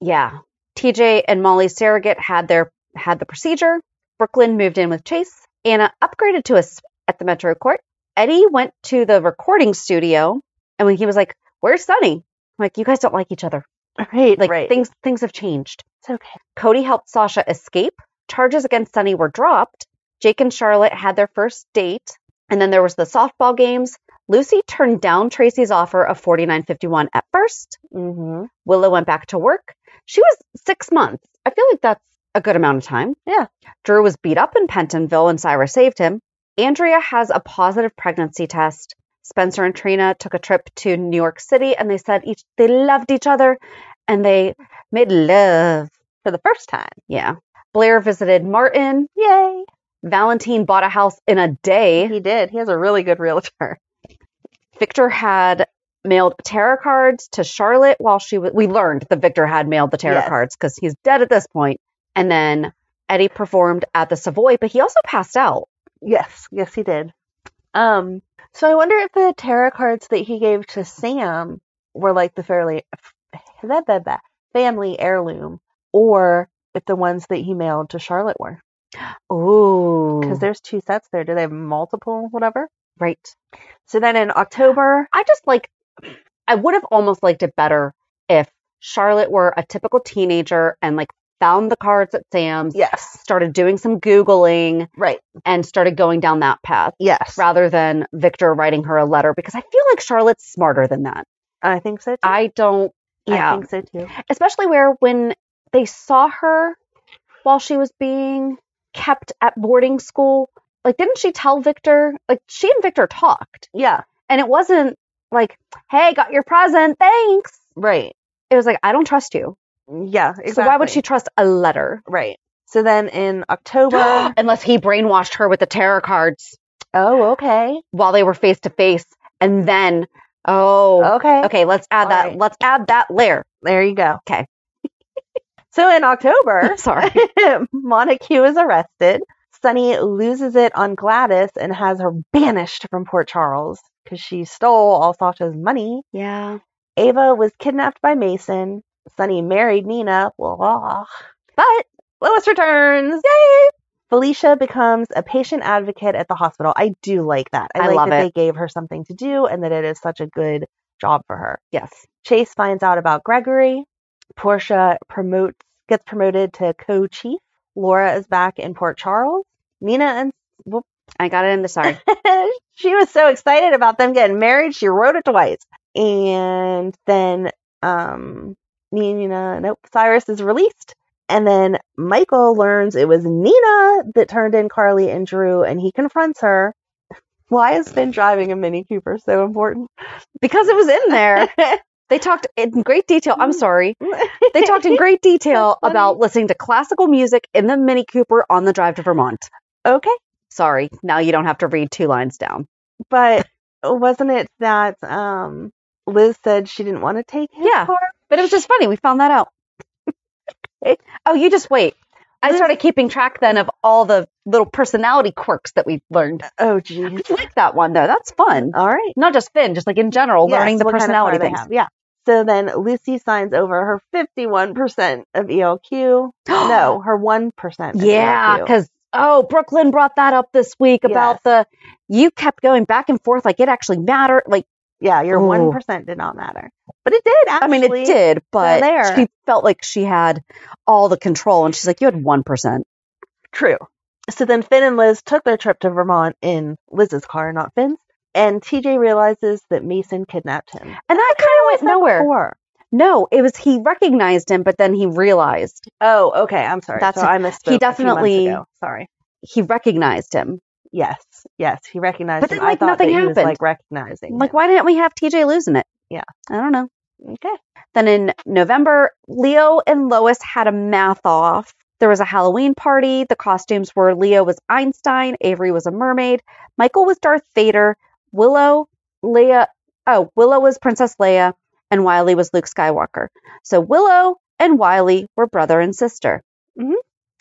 Speaker 2: yeah, TJ and Molly surrogate had their had the procedure. Brooklyn moved in with Chase. Anna upgraded to us at the Metro Court. Eddie went to the recording studio, and when he was like, "Where's Sonny?" I'm like, "You guys don't like each other.
Speaker 1: Right.
Speaker 2: Like
Speaker 1: right.
Speaker 2: things things have changed."
Speaker 1: it's okay.
Speaker 2: Cody helped Sasha escape. Charges against Sunny were dropped. Jake and Charlotte had their first date, and then there was the softball games. Lucy turned down Tracy's offer of forty nine fifty one at first.
Speaker 1: hmm
Speaker 2: Willow went back to work. She was six months. I feel like that's a good amount of time.
Speaker 1: Yeah.
Speaker 2: Drew was beat up in Pentonville, and Cyrus saved him. Andrea has a positive pregnancy test. Spencer and Trina took a trip to New York City, and they said each they loved each other, and they made love
Speaker 1: For the first time.
Speaker 2: yeah. Blair visited Martin.
Speaker 1: Yay.
Speaker 2: Valentine bought a house in a day.
Speaker 1: He did. He has a really good realtor.
Speaker 2: Victor had mailed tarot cards to Charlotte while she was. We learned that Victor had mailed the tarot
Speaker 1: Yes.
Speaker 2: cards because he's dead at this point. And then Eddie performed at the Savoy, but he also passed out.
Speaker 1: Yes, yes, he did. Um, so I wonder if the tarot cards that he gave to Sam were like the fairly that that that family heirloom, or if the ones that he mailed to Charlotte were,
Speaker 2: Ooh.
Speaker 1: because there's two sets there. Do they have multiple, whatever?
Speaker 2: right.
Speaker 1: So then in October,
Speaker 2: I just like, I would have almost liked it better if Charlotte were a typical teenager and like found the cards at Sam's,
Speaker 1: yes,
Speaker 2: started doing some Googling,
Speaker 1: right,
Speaker 2: and started going down that path.
Speaker 1: yes,
Speaker 2: rather than Victor writing her a letter because I feel like Charlotte's smarter than that.
Speaker 1: I think so. Too.
Speaker 2: I don't,
Speaker 1: I
Speaker 2: yeah,
Speaker 1: think so too.
Speaker 2: especially where when they saw her while she was being kept at boarding school, like didn't she tell Victor? Like she and Victor talked,
Speaker 1: Yeah,
Speaker 2: and it wasn't like, "Hey, got your present, thanks."
Speaker 1: right.
Speaker 2: It was like, "I don't trust you."
Speaker 1: Yeah, exactly.
Speaker 2: So why would she trust a letter?
Speaker 1: Right. So then in October,
Speaker 2: Unless he brainwashed her with the tarot cards
Speaker 1: oh, okay,
Speaker 2: while they were face to face, and then, oh,
Speaker 1: okay,
Speaker 2: Okay, let's add
Speaker 1: All
Speaker 2: that.
Speaker 1: right.
Speaker 2: Let's add that layer.
Speaker 1: There you go.
Speaker 2: Okay.
Speaker 1: so in October,
Speaker 2: Sorry.
Speaker 1: Montague is arrested. Sunny loses it on Gladys and has her banished from Port Charles because she stole all Sasha's money.
Speaker 2: Yeah.
Speaker 1: Ava was kidnapped by Mason. Sunny married Nina. Blah.
Speaker 2: But
Speaker 1: Lois returns. Yay! Felicia becomes a patient advocate at the hospital. I do like that. I,
Speaker 2: I
Speaker 1: like
Speaker 2: love
Speaker 1: that
Speaker 2: it.
Speaker 1: they gave her something to do and that it is such a good job for her.
Speaker 2: yes.
Speaker 1: Chase finds out about Gregory. Portia promotes gets promoted to co-chief. Laura is back in Port Charles. Nina and
Speaker 2: I got it in the sorry.
Speaker 1: she was so excited about them getting married, she wrote it twice. And then um me and Nina, nope, Cyrus is released. And then Michael learns it was Nina that turned in Carly and Drew, and he confronts her. Why has been driving a Mini Cooper so important?
Speaker 2: because it was in there. They talked in great detail. I'm sorry. They talked in great detail
Speaker 1: Mm. That's funny.
Speaker 2: about listening to classical music in the Mini Cooper on the drive to Vermont.
Speaker 1: okay.
Speaker 2: Sorry. Now you don't have to read two lines down.
Speaker 1: But wasn't it that um, Liz said she didn't want to take his
Speaker 2: Yeah.
Speaker 1: car?
Speaker 2: But it was just funny. We found that out. oh, you just wait. I started keeping track then of all the little personality quirks that we learned.
Speaker 1: Oh, geez.
Speaker 2: I like that one though. That's fun.
Speaker 1: All right.
Speaker 2: Not just Finn, just like in general,
Speaker 1: Yes,
Speaker 2: learning the
Speaker 1: what kind of car
Speaker 2: personality
Speaker 1: they
Speaker 2: things.
Speaker 1: have, Yeah. So then Lucy signs over her 51% of ELQ. no, her 1%. Of E
Speaker 2: Yeah,
Speaker 1: ELQ.
Speaker 2: because oh, Brooklyn brought that up this week about the you kept going back and forth like it actually mattered. Like
Speaker 1: Yeah, your
Speaker 2: Ooh.
Speaker 1: 1% did not matter. But it did,
Speaker 2: I
Speaker 1: actually.
Speaker 2: mean, it did, but
Speaker 1: there.
Speaker 2: she felt like she had all the control, and she's like, "You had one percent."
Speaker 1: True. So then Finn and Liz took their trip to Vermont in Liz's car, not Finn's. And TJ realizes that Mason kidnapped him.
Speaker 2: And that kind of went nowhere.
Speaker 1: Before.
Speaker 2: No, it was he recognized him, but then he realized
Speaker 1: Oh, okay. I'm sorry.
Speaker 2: That's-
Speaker 1: so I missed.
Speaker 2: he definitely-
Speaker 1: Sorry.
Speaker 2: he recognized him.
Speaker 1: Yes. Yes. He recognized.
Speaker 2: But
Speaker 1: him.
Speaker 2: then, like,
Speaker 1: I thought
Speaker 2: nothing
Speaker 1: that He was,
Speaker 2: happened.
Speaker 1: like recognizing.
Speaker 2: Like,
Speaker 1: him.
Speaker 2: why didn't we have TJ losing it?
Speaker 1: Yeah.
Speaker 2: I don't know.
Speaker 1: Okay.
Speaker 2: Then in November, Leo and Lois had a math off. There was a Halloween party. The costumes were Leo was Einstein, Avery was a mermaid, Michael was Darth Vader, Willow, Leia. Oh, Willow was Princess Leia, and Wiley was Luke Skywalker. So Willow and Wiley were brother and sister.
Speaker 1: Mhm.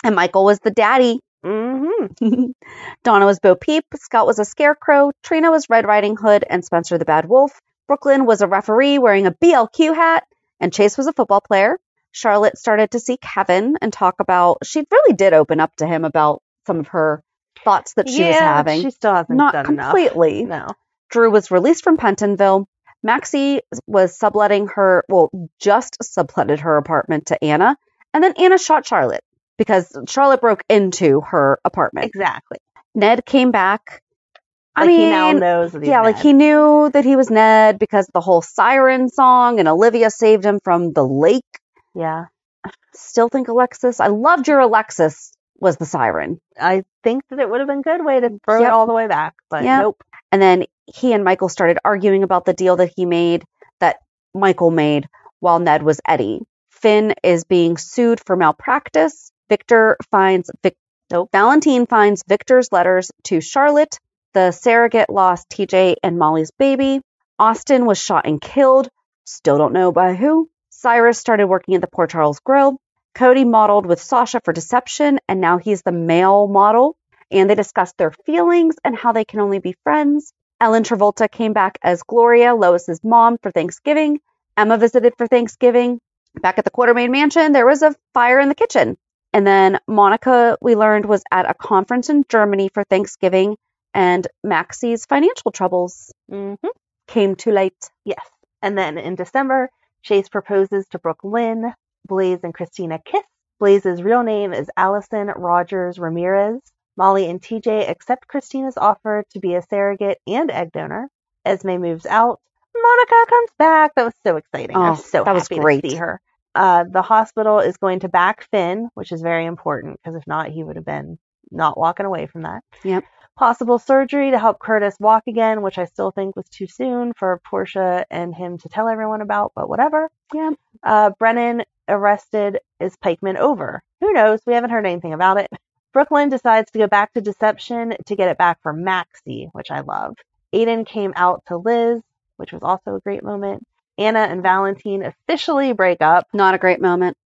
Speaker 2: And Michael was the daddy.
Speaker 1: Mm-hmm.
Speaker 2: Donna was Bo Peep. Scott was a scarecrow. Trina was Red Riding Hood, and Spencer the Bad Wolf. Brooklyn was a referee wearing a BLQ hat, and Chase was a football player. Charlotte started to see Kevin and talk about. She really did open up to him about some of her thoughts that she
Speaker 1: yeah,
Speaker 2: was
Speaker 1: but
Speaker 2: having.
Speaker 1: She still hasn't
Speaker 2: Not
Speaker 1: done
Speaker 2: completely.
Speaker 1: enough. No.
Speaker 2: Drew was released from Pentonville. Maxie was subletting her, well, just subletted her apartment to Anna. And then Anna shot Charlotte because Charlotte broke into her apartment.
Speaker 1: Exactly.
Speaker 2: Ned came back. I
Speaker 1: Like
Speaker 2: mean,
Speaker 1: he now knows that he's
Speaker 2: yeah, like
Speaker 1: mad.
Speaker 2: he knew that he was Ned because the whole siren song and Olivia saved him from the lake.
Speaker 1: Yeah.
Speaker 2: Still think Alexis. I loved your Alexis was the siren.
Speaker 1: I think that it would have been a good way to throw
Speaker 2: Yep.
Speaker 1: it all the way back, but
Speaker 2: Yep.
Speaker 1: nope.
Speaker 2: And then he and Michael started arguing about the deal that he made, that Michael made while Ned was Eddie. Finn is being sued for malpractice. Victor finds Vic- no, Valentine finds Victor's letters to Charlotte. The surrogate lost TJ and Molly's baby. Austin was shot and killed. Still don't know by who. Cyrus started working at the Port Charles Grill. Cody modeled with Sasha for deception, and now he's the male model. And they discussed their feelings and how they can only be friends. Ellen Travolta came back as Gloria, Lois's mom, for Thanksgiving. Emma visited for Thanksgiving. Back at the Quartermain Mansion, there was a fire in the kitchen. And then Monica, we learned, was at a conference in Germany for Thanksgiving, and Maxie's financial troubles
Speaker 1: hmm
Speaker 2: came too late.
Speaker 1: Yes. And then in December, Chase proposes to Brooke Lynn. Blaze and Christina kiss. Blaze's real name is Allison Rogers Ramirez. Molly and TJ accept Christina's offer to be a surrogate and egg donor. Esme moves out. Monica comes back. That was so exciting.
Speaker 2: Oh,
Speaker 1: I'm so
Speaker 2: that
Speaker 1: happy
Speaker 2: was great.
Speaker 1: to see her. Uh, the hospital is going to back Finn, which is very important because if not, he would have been not walking away from that.
Speaker 2: Yep.
Speaker 1: Possible surgery to help Curtis walk again, which I still think was too soon for Portia and him to tell everyone about, but whatever.
Speaker 2: Yeah.
Speaker 1: Uh, Brennan arrested is Pikeman over? Who knows? We haven't heard anything about it. Brooklyn decides to go back to deception to get it back for Maxie, which I love. Aiden came out to Liz, which was also a great moment. Anna and Valentine officially break up.
Speaker 2: Not a great moment.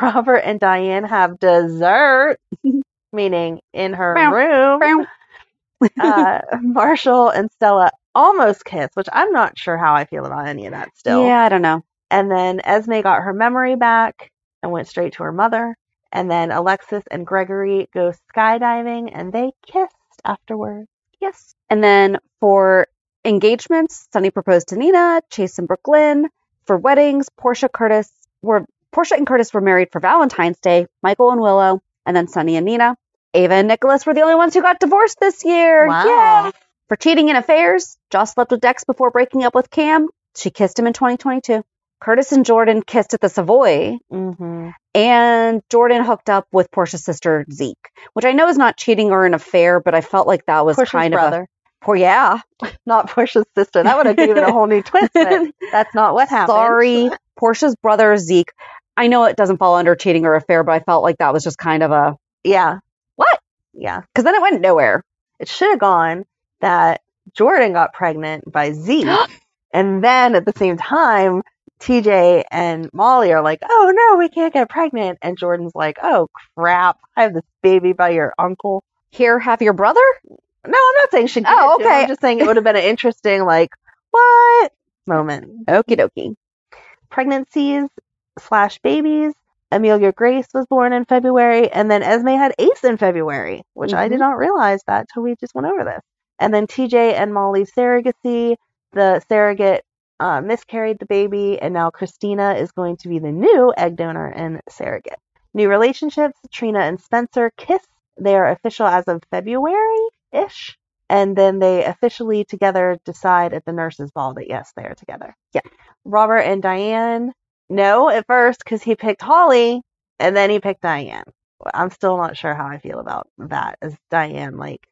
Speaker 1: Robert and Diane have dessert, meaning in her
Speaker 2: Meow.
Speaker 1: room uh, Marshall and Stella almost kiss, which I'm not sure how I feel about any of that still.
Speaker 2: Yeah, I don't know.
Speaker 1: And then Esme got her memory back and went straight to her mother. And then Alexis and Gregory go skydiving and they kissed afterwards.
Speaker 2: Yes. And then for engagements, Sunny proposed to Nina, Chase and Brooklyn. For weddings, Portia Curtis were Portia and Curtis were married for Valentine's Day, Michael and Willow, and then Sunny and Nina. Ava and Nicholas were the only ones who got divorced this year. Yay! For cheating and affairs, Joss slept with Dex before breaking up with Cam. She kissed him in 2022. Curtis and Jordan kissed at the Savoy,
Speaker 1: Mm-hmm.
Speaker 2: and Jordan hooked up with Portia's sister Zeke, which I know is not cheating or an affair, but I felt like that was
Speaker 1: Portia's
Speaker 2: kind of a
Speaker 1: brother,
Speaker 2: poor yeah.
Speaker 1: not Portia's sister. That would have given it a whole new twist. But that's not what happened.
Speaker 2: Sorry, Portia's brother Zeke. I know it doesn't fall under cheating or affair, but I felt like that was just kind of a
Speaker 1: Yeah.
Speaker 2: What?
Speaker 1: Yeah.
Speaker 2: because then it went nowhere.
Speaker 1: It should have gone that Jordan got pregnant by Z. and then at the same time, TJ and Molly are like, oh no, we can't get pregnant. And Jordan's like, oh crap, I have this baby by your uncle.
Speaker 2: Here, have your brother.
Speaker 1: No, I'm not saying she did.
Speaker 2: Oh,
Speaker 1: it to him.
Speaker 2: okay.
Speaker 1: I'm just saying it would have been an interesting, like, what moment.
Speaker 2: Okie dokie.
Speaker 1: Pregnancies slash babies. Amelia Grace was born in February, and then Esme had Ace in February, which I did not realize that till we just went over this. And then TJ and Molly's surrogacy. The surrogate uh, miscarried the baby, and now Christina is going to be the new egg donor and surrogate. New relationships Trina and Spencer kiss. They are official as of February ish. And then they officially together decide at the nurse's ball that yes, they are together.
Speaker 2: Yeah.
Speaker 1: Robert and Diane, no at first because he picked Holly and then he picked Diane. I'm still not sure how I feel about that. As Diane, like,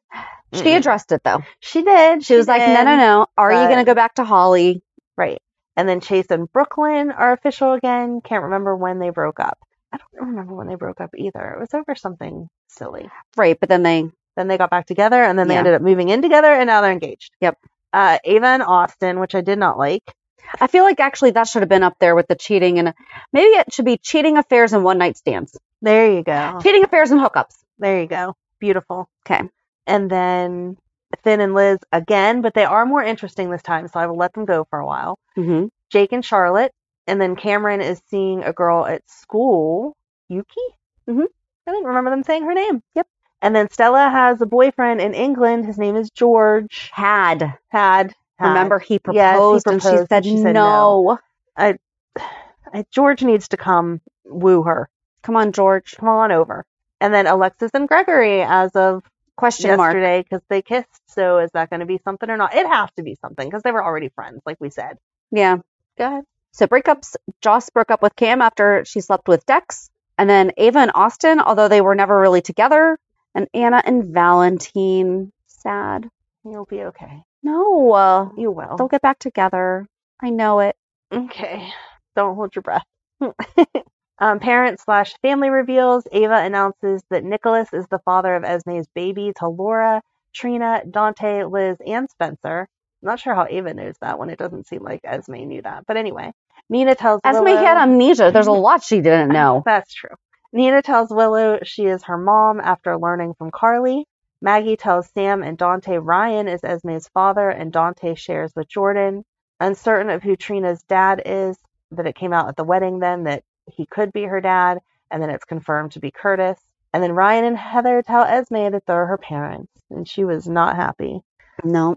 Speaker 2: She
Speaker 1: mm-mm.
Speaker 2: addressed it though.
Speaker 1: She did.
Speaker 2: She, was like, no,
Speaker 1: did.
Speaker 2: no, no. Are you
Speaker 1: but-
Speaker 2: going to go back to Holly?
Speaker 1: Right. And then Chase and Brooklyn are official again. Can't remember when they broke up. I don't remember when they broke up either. It was over something silly.
Speaker 2: Right, but then they
Speaker 1: Then they got back together and then they
Speaker 2: Yeah.
Speaker 1: ended up moving in together and now they're engaged.
Speaker 2: Yep.
Speaker 1: uh, Ava and Austin, which I did not like.
Speaker 2: I feel like actually that should have been up there with the cheating and maybe it should be cheating affairs and one night stands.
Speaker 1: There you go.
Speaker 2: Cheating affairs and hookups.
Speaker 1: There you go. Beautiful.
Speaker 2: Okay.
Speaker 1: And then Finn and Liz again, but they are more interesting this time, so I will let them go for a while.
Speaker 2: hmm
Speaker 1: Jake and Charlotte, and then Cameron is seeing a girl at school, Yuki. Mm-hmm. I didn't remember them saying her name. Yep. And then Stella has a boyfriend in England. His name is George.
Speaker 2: Had.
Speaker 1: Had. had.
Speaker 2: Remember he proposed,
Speaker 1: Yes, he
Speaker 2: and she
Speaker 1: proposed
Speaker 2: said,
Speaker 1: and she said
Speaker 2: no.
Speaker 1: Uh, George needs to come woo her.
Speaker 2: Come on, George.
Speaker 1: Come on over. And then Alexis and Gregory as of
Speaker 2: Question mark.
Speaker 1: yesterday because they kissed. So is that going to be something or not? It has to be something because they were already friends, like we said.
Speaker 2: Yeah.
Speaker 1: Go ahead.
Speaker 2: So breakups. Joss broke up with Cam after she slept with Dex, and then Ava and Austin, although they were never really together, and Anna and Valentine. Sad.
Speaker 1: You'll be okay.
Speaker 2: No, uh,
Speaker 1: You will.
Speaker 2: they'll get back together. I know it.
Speaker 1: Okay. Don't hold your breath. um, parent slash family reveals. Ava announces that Nicholas is the father of Esme's baby to Laura, Trina, Dante, Liz, and Spencer. Not sure how Ava knows that one. It doesn't seem like Esme knew that. But anyway, Nina tells
Speaker 2: Esme
Speaker 1: Willow,
Speaker 2: had amnesia. There's a lot she didn't know.
Speaker 1: That's true. Nina tells Willow she is her mom after learning from Carly. Maggie tells Sam and Dante Ryan is Esme's father, and Dante shares with Jordan. Uncertain of who Trina's dad is, that it came out at the wedding then that he could be her dad, and then it's confirmed to be Curtis. And then Ryan and Heather tell Esme that they're her parents, and she was not happy.
Speaker 2: No.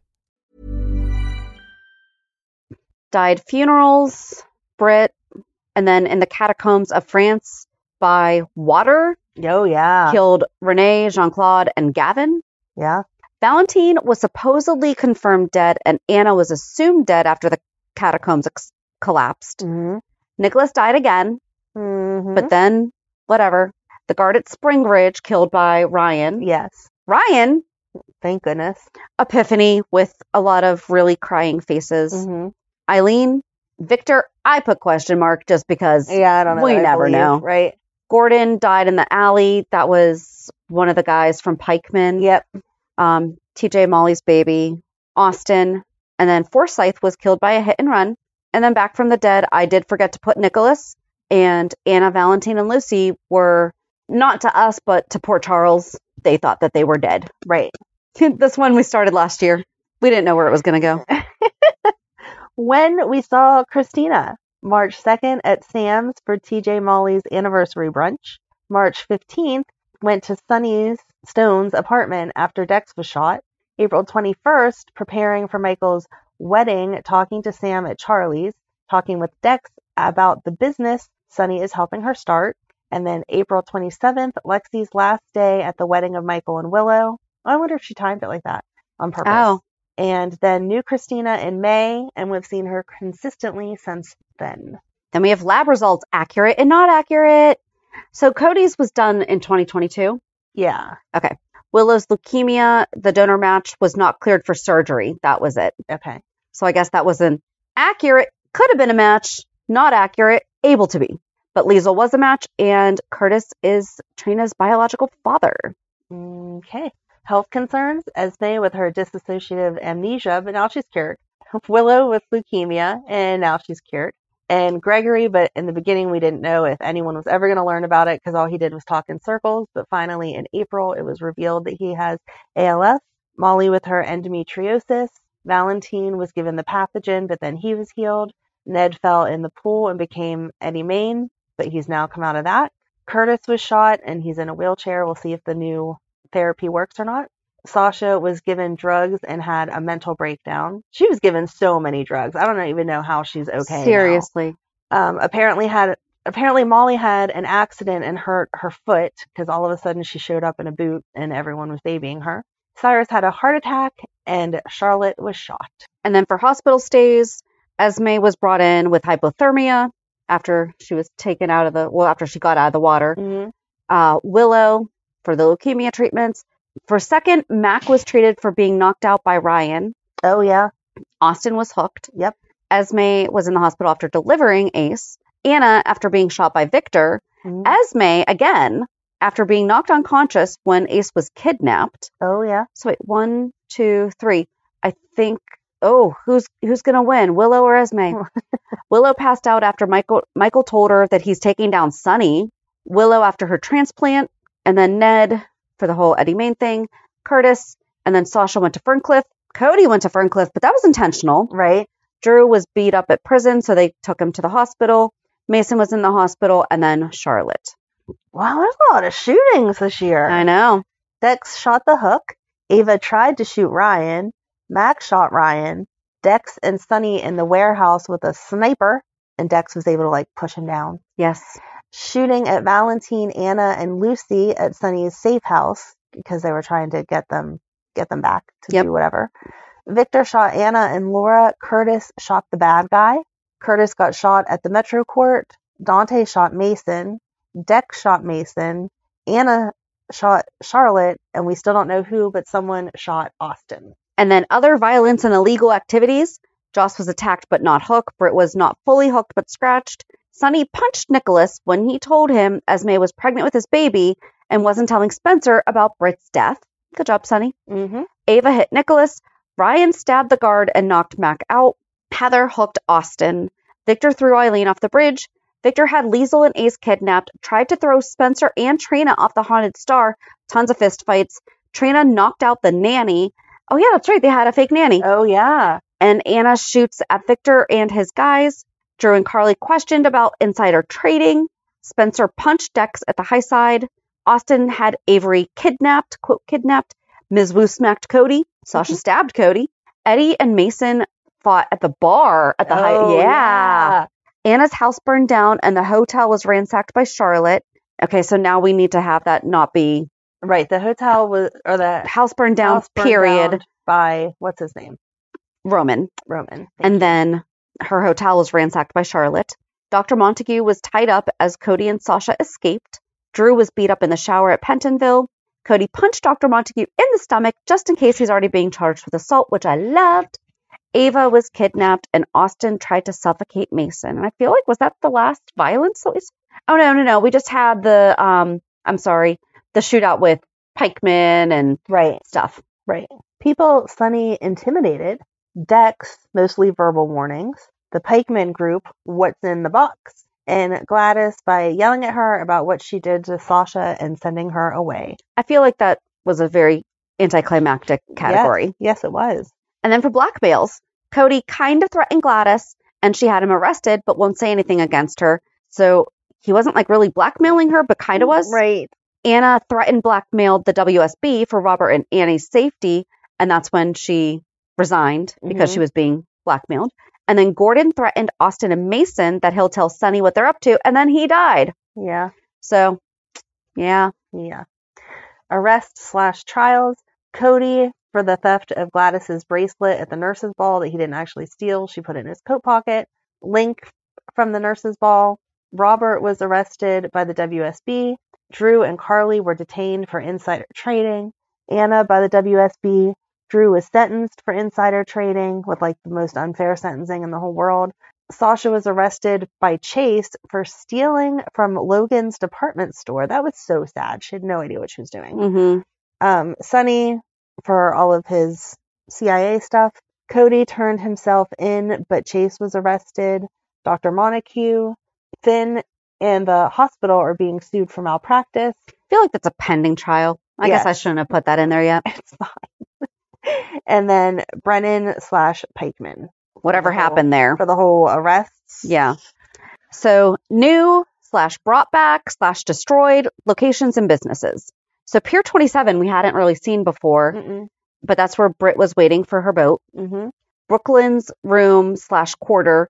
Speaker 2: Died funerals, Brit, and then in the catacombs of France by water,
Speaker 1: Oh, yeah.
Speaker 2: killed Renee, Jean Claude, and Gavin.
Speaker 1: Yeah.
Speaker 2: Valentine was supposedly confirmed dead, and Anna was assumed dead after the catacombs ex- collapsed.
Speaker 1: Mm-hmm.
Speaker 2: Nicholas died again,
Speaker 1: Mm-hmm.
Speaker 2: but then whatever. The guard at Spring Ridge killed by Ryan.
Speaker 1: yes.
Speaker 2: Ryan
Speaker 1: Thank goodness.
Speaker 2: epiphany with a lot of really crying faces.
Speaker 1: Mm-hmm.
Speaker 2: Eileen, Victor, I put question mark just because.
Speaker 1: Yeah, I don't know.
Speaker 2: We
Speaker 1: I
Speaker 2: never
Speaker 1: believe,
Speaker 2: know.
Speaker 1: Right.
Speaker 2: Gordon died in the alley. That was one of the guys from Pikeman.
Speaker 1: Yep.
Speaker 2: um, TJ Molly's baby, Austin, and then Forsyth was killed by a hit and run. And then back from the dead, I did forget to put Nicholas and Anna, Valentine, and Lucy were not to us, but to poor Charles. They thought that they were dead.
Speaker 1: Right.
Speaker 2: this one we started last year. We didn't know where it was going to go.
Speaker 1: When we saw Christina, March 2nd at Sam's for TJ Molly's anniversary brunch, March 15th went to Sunny Stone's apartment after Dex was shot, April 21st preparing for Michael's wedding, talking to Sam at Charlie's, talking with Dex about the business Sunny is helping her start, and then April 27th, Lexi's last day at the wedding of Michael and Willow. I wonder if she timed it like that on purpose
Speaker 2: Oh,
Speaker 1: and then new Christina in May, and we've seen her consistently since then.
Speaker 2: then we have lab results accurate and not accurate. So Cody's was done in 2022.
Speaker 1: Yeah,
Speaker 2: Willow's leukemia, the donor match was not cleared for surgery. That was it.
Speaker 1: okay.
Speaker 2: So I guess that wasn't accurate. Could have been a match, not accurate, able to be. But Liesel was a match, and Curtis is Trina's biological father.
Speaker 1: Okay. Health concerns, Esme with her dissociative amnesia, but now she's cured. Willow with leukemia, and now she's cured. And Gregory, but in the beginning, we didn't know if anyone was ever going to learn about it because all he did was talk in circles. But finally, in April, it was revealed that he has ALS. Molly with her endometriosis. Valentine was given the pathogen, but then he was healed. Ned fell in the pool and became Eddie Main, but he's now come out of that. Curtis was shot and he's in a wheelchair. We'll see if the new therapy works or not. Sasha was given drugs and had a mental breakdown. She was given so many drugs. I don't even know how she's okay. now.
Speaker 2: Seriously.
Speaker 1: Um, apparently had apparently Molly had an accident and hurt her foot because all of a sudden she showed up in a boot and everyone was babying her. Cyrus had a heart attack and Charlotte was shot.
Speaker 2: And then for hospital stays, Esme was brought in with hypothermia after she was taken out of the well after she got out of the water. Uh, Willow for the leukemia treatments. For second, Mac was treated for being knocked out by Ryan.
Speaker 1: Oh yeah,
Speaker 2: Austin was hooked.
Speaker 1: yep.
Speaker 2: Esme was in the hospital after delivering Ace. Anna after being shot by Victor. Esme again after being knocked unconscious when Ace was kidnapped.
Speaker 1: Oh yeah.
Speaker 2: So wait, one, two, three. I think. Oh, who's who's gonna win, Willow or Esme? Willow passed out after Michael Michael told her that he's taking down Sunny. Willow after her transplant, and then Ned for the whole Eddie Main thing. Curtis, and then Sasha went to Ferncliff. Cody went to Ferncliff, but that was intentional.
Speaker 1: Right.
Speaker 2: Drew was beat up at prison, so they took him to the hospital. Mason was in the hospital, and then Charlotte.
Speaker 1: Wow, there's a lot of shootings this year.
Speaker 2: I know.
Speaker 1: Dex shot the hook. Ava tried to shoot Ryan. Mac shot Ryan. Dex and Sunny in the warehouse with a sniper, and Dex was able to like push him down.
Speaker 2: Yes.
Speaker 1: Shooting at Valentine, Anna, and Lucy at Sunny's safe house because they were trying to get them get them back to
Speaker 2: Yep.
Speaker 1: do whatever. Victor shot Anna and Laura. Curtis shot the bad guy. Curtis got shot at the Metro Court. Dante shot Mason. Dex shot Mason. Anna shot Charlotte, and we still don't know who, but someone shot Austin.
Speaker 2: And then other violence and illegal activities. Joss was attacked but not hooked. Britt was not fully hooked but scratched. Sonny punched Nicholas when he told him Esme was pregnant with his baby and wasn't telling Spencer about Britt's death. Good job, Sonny.
Speaker 1: Mm-hmm.
Speaker 2: Ava hit Nicholas. Ryan stabbed the guard and knocked Mac out. Heather hooked Austin. Victor threw Eileen off the bridge. Victor had Liesel and Ace kidnapped, tried to throw Spencer and Trina off the Haunted Star. Tons of fist fights. Trina knocked out the nanny. Oh, yeah, that's right. They had a fake nanny.
Speaker 1: Oh yeah.
Speaker 2: And Anna shoots at Victor and his guys. Drew and Carly questioned about insider trading. Spencer punched Dex at the high side. Austin had Avery kidnapped, quote, kidnapped. Ms. Wu smacked Cody.
Speaker 1: Mm-hmm.
Speaker 2: Sasha stabbed Cody. Eddie and Mason fought at the bar at the high.
Speaker 1: Oh,
Speaker 2: Yeah. Anna's house burned down and the hotel was ransacked by Charlotte. Okay, so now we need to have that not be
Speaker 1: Right. The hotel was or the
Speaker 2: house burned down,
Speaker 1: house burned
Speaker 2: period,
Speaker 1: down by what's his name?
Speaker 2: Roman.
Speaker 1: Roman.
Speaker 2: and then her hotel was ransacked by Charlotte. Dr. Montague was tied up as Cody and Sasha escaped. Drew was beat up in the shower at Pentonville. Cody punched Dr. Montague in the stomach just in case she's already being charged with assault, which I loved. Ava was kidnapped and Austin tried to suffocate Mason. And I feel like was that the last violence that we s- Oh no, no, no. We just had the um I'm sorry, the shootout with pikemen and
Speaker 1: right.
Speaker 2: stuff.
Speaker 1: Right. People Sunny intimidated. Dex, mostly verbal warnings. The Pikeman group, what's in the box? And Gladys by yelling at her about what she did to Sasha and sending her away.
Speaker 2: I feel like that was a very anticlimactic category.
Speaker 1: Yes, yes it was.
Speaker 2: And then for blackmails, Cody kind of threatened Gladys and she had him arrested but won't say anything against her. So he wasn't like really blackmailing her, but kind of was.
Speaker 1: Right.
Speaker 2: Anna threatened blackmailed the WSB for Robert and Annie's safety. And that's when she resigned because
Speaker 1: Mhm.
Speaker 2: she was being blackmailed. And then Gordon threatened Austin and Mason that he'll tell Sonny what they're up to. And then he died.
Speaker 1: Yeah.
Speaker 2: So, yeah.
Speaker 1: Yeah. Arrest slash trials. Cody for the theft of Gladys's bracelet at the nurse's ball that he didn't actually steal. She put it in his coat pocket. Link from the nurse's ball. Robert was arrested by the WSB. Drew and Carly were detained for insider trading. Anna by the WSB. Drew was sentenced for insider trading with like the most unfair sentencing in the whole world. Sasha was arrested by Chase for stealing from Logan's department store. That was so sad. She had no idea what she was doing.
Speaker 2: Mm-hmm.
Speaker 1: Um, Sonny for all of his CIA stuff. Cody turned himself in, but Chase was arrested. Dr. Montague, Finn, and the hospital are being sued for malpractice.
Speaker 2: I feel like that's a pending trial. I guess I
Speaker 1: Yes.
Speaker 2: shouldn't have put that in there yet.
Speaker 1: It's fine. and then Brennan slash Pikeman
Speaker 2: Whatever happened there.
Speaker 1: for the whole arrests.
Speaker 2: Yeah. So new slash brought back slash destroyed locations and businesses. So Pier 27, we hadn't really seen before,
Speaker 1: Mm-mm.
Speaker 2: but that's where Britt was waiting for her boat.
Speaker 1: Mhm.
Speaker 2: Brooklyn's room slash quarter,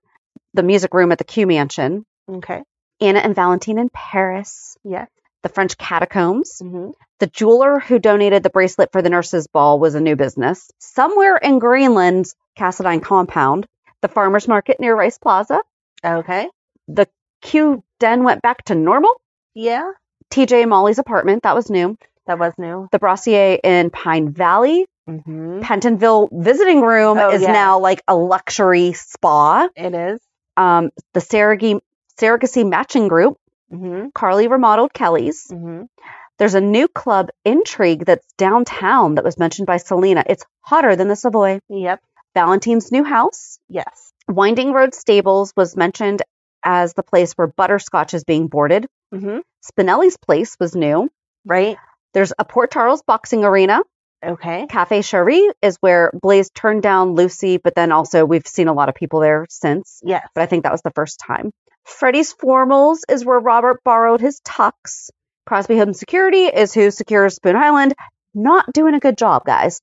Speaker 2: the music room at the Q Mansion.
Speaker 1: Okay.
Speaker 2: Anna and Valentine in Paris.
Speaker 1: Yes.
Speaker 2: The French catacombs.
Speaker 1: Mhm.
Speaker 2: The jeweler who donated the bracelet for the nurses' ball was a new business. Somewhere in Greenland's Cassadine compound. The farmer's market near Rice Plaza.
Speaker 1: Okay.
Speaker 2: the Q den went back to normal.
Speaker 1: Yeah.
Speaker 2: TJ and Molly's apartment, that was new.
Speaker 1: That was new.
Speaker 2: The Brassier in Pine Valley.
Speaker 1: Mm-hmm.
Speaker 2: Pentonville visiting room
Speaker 1: Oh,
Speaker 2: is
Speaker 1: yeah.
Speaker 2: now like a luxury spa.
Speaker 1: It is.
Speaker 2: Um, the surrogacy, surrogacy matching group,
Speaker 1: Mm-hmm.
Speaker 2: Carly remodeled Kelly's.
Speaker 1: Mm-hmm.
Speaker 2: There's a new club, Intrigue, that's downtown that was mentioned by Selena. It's hotter than the Savoy.
Speaker 1: Yep.
Speaker 2: Valentine's new house.
Speaker 1: Yes.
Speaker 2: Winding Road Stables was mentioned as the place where butterscotch is being boarded.
Speaker 1: Mm-hmm.
Speaker 2: Spinelli's place was new.
Speaker 1: Right.
Speaker 2: There's a Port Charles boxing arena.
Speaker 1: Okay.
Speaker 2: Cafe Cherie is where Blaze turned down Lucy, but then also we've seen a lot of people there since.
Speaker 1: Yes.
Speaker 2: But I think that was the first time. Freddy's Formals is where Robert borrowed his tux. Crosby Home Security is who secures Spoon Island. Not doing a good job, guys.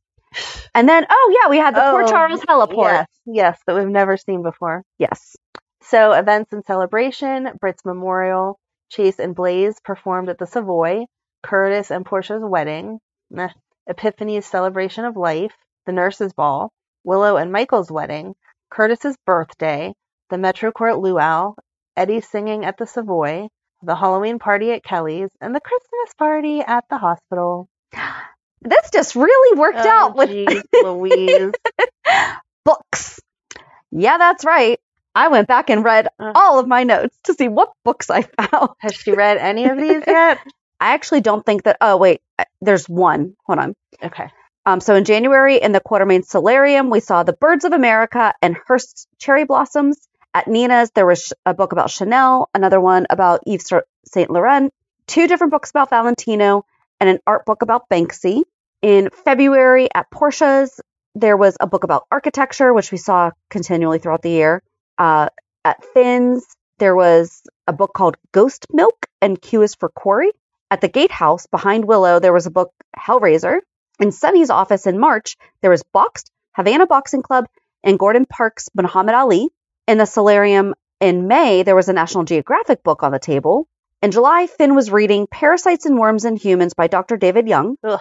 Speaker 2: And then, oh yeah, we had the Port
Speaker 1: Oh,
Speaker 2: Charles heliport.
Speaker 1: Yes. Yes. That we've never seen before.
Speaker 2: Yes.
Speaker 1: So events and celebration, Brit's memorial, Chase and Blaze performed at the Savoy, Curtis and Portia's wedding, meh, Epiphany's celebration of life, the nurse's ball, Willow and Michael's wedding, Curtis's birthday, the Metro Court luau, Eddie singing at the Savoy, the Halloween party at Kelly's, and the Christmas party at the hospital.
Speaker 2: This just really worked
Speaker 1: Oh,
Speaker 2: out with
Speaker 1: geez, Louise.
Speaker 2: books. Yeah, that's right. I went back and read
Speaker 1: Uh.
Speaker 2: all of my notes to see what books I found.
Speaker 1: Has she read any of these yet?
Speaker 2: I actually don't think that. Oh, wait, I- there's one. Hold on.
Speaker 1: Okay.
Speaker 2: Um, so in January in the Quartermain Solarium, we saw the Birds of America and Hearst's Cherry Blossoms. At Nina's, there was sh- a book about Chanel, another one about Yves Saint Laurent, two different books about Valentino, and an art book about Banksy. In February at Portia's, there was a book about architecture, which we saw continually throughout the year. Uh, at Finn's, there was a book called Ghost Milk and Q is for Quarry. At the Gatehouse behind Willow, there was a book Hellraiser. In Sunny's office in March, there was Boxed, Havana Boxing Club, and Gordon Parks Muhammad Ali. In the solarium in May, there was a National Geographic book on the table. In July, Finn was reading Parasites and Worms and Humans by Dr. David Young.
Speaker 1: Ugh.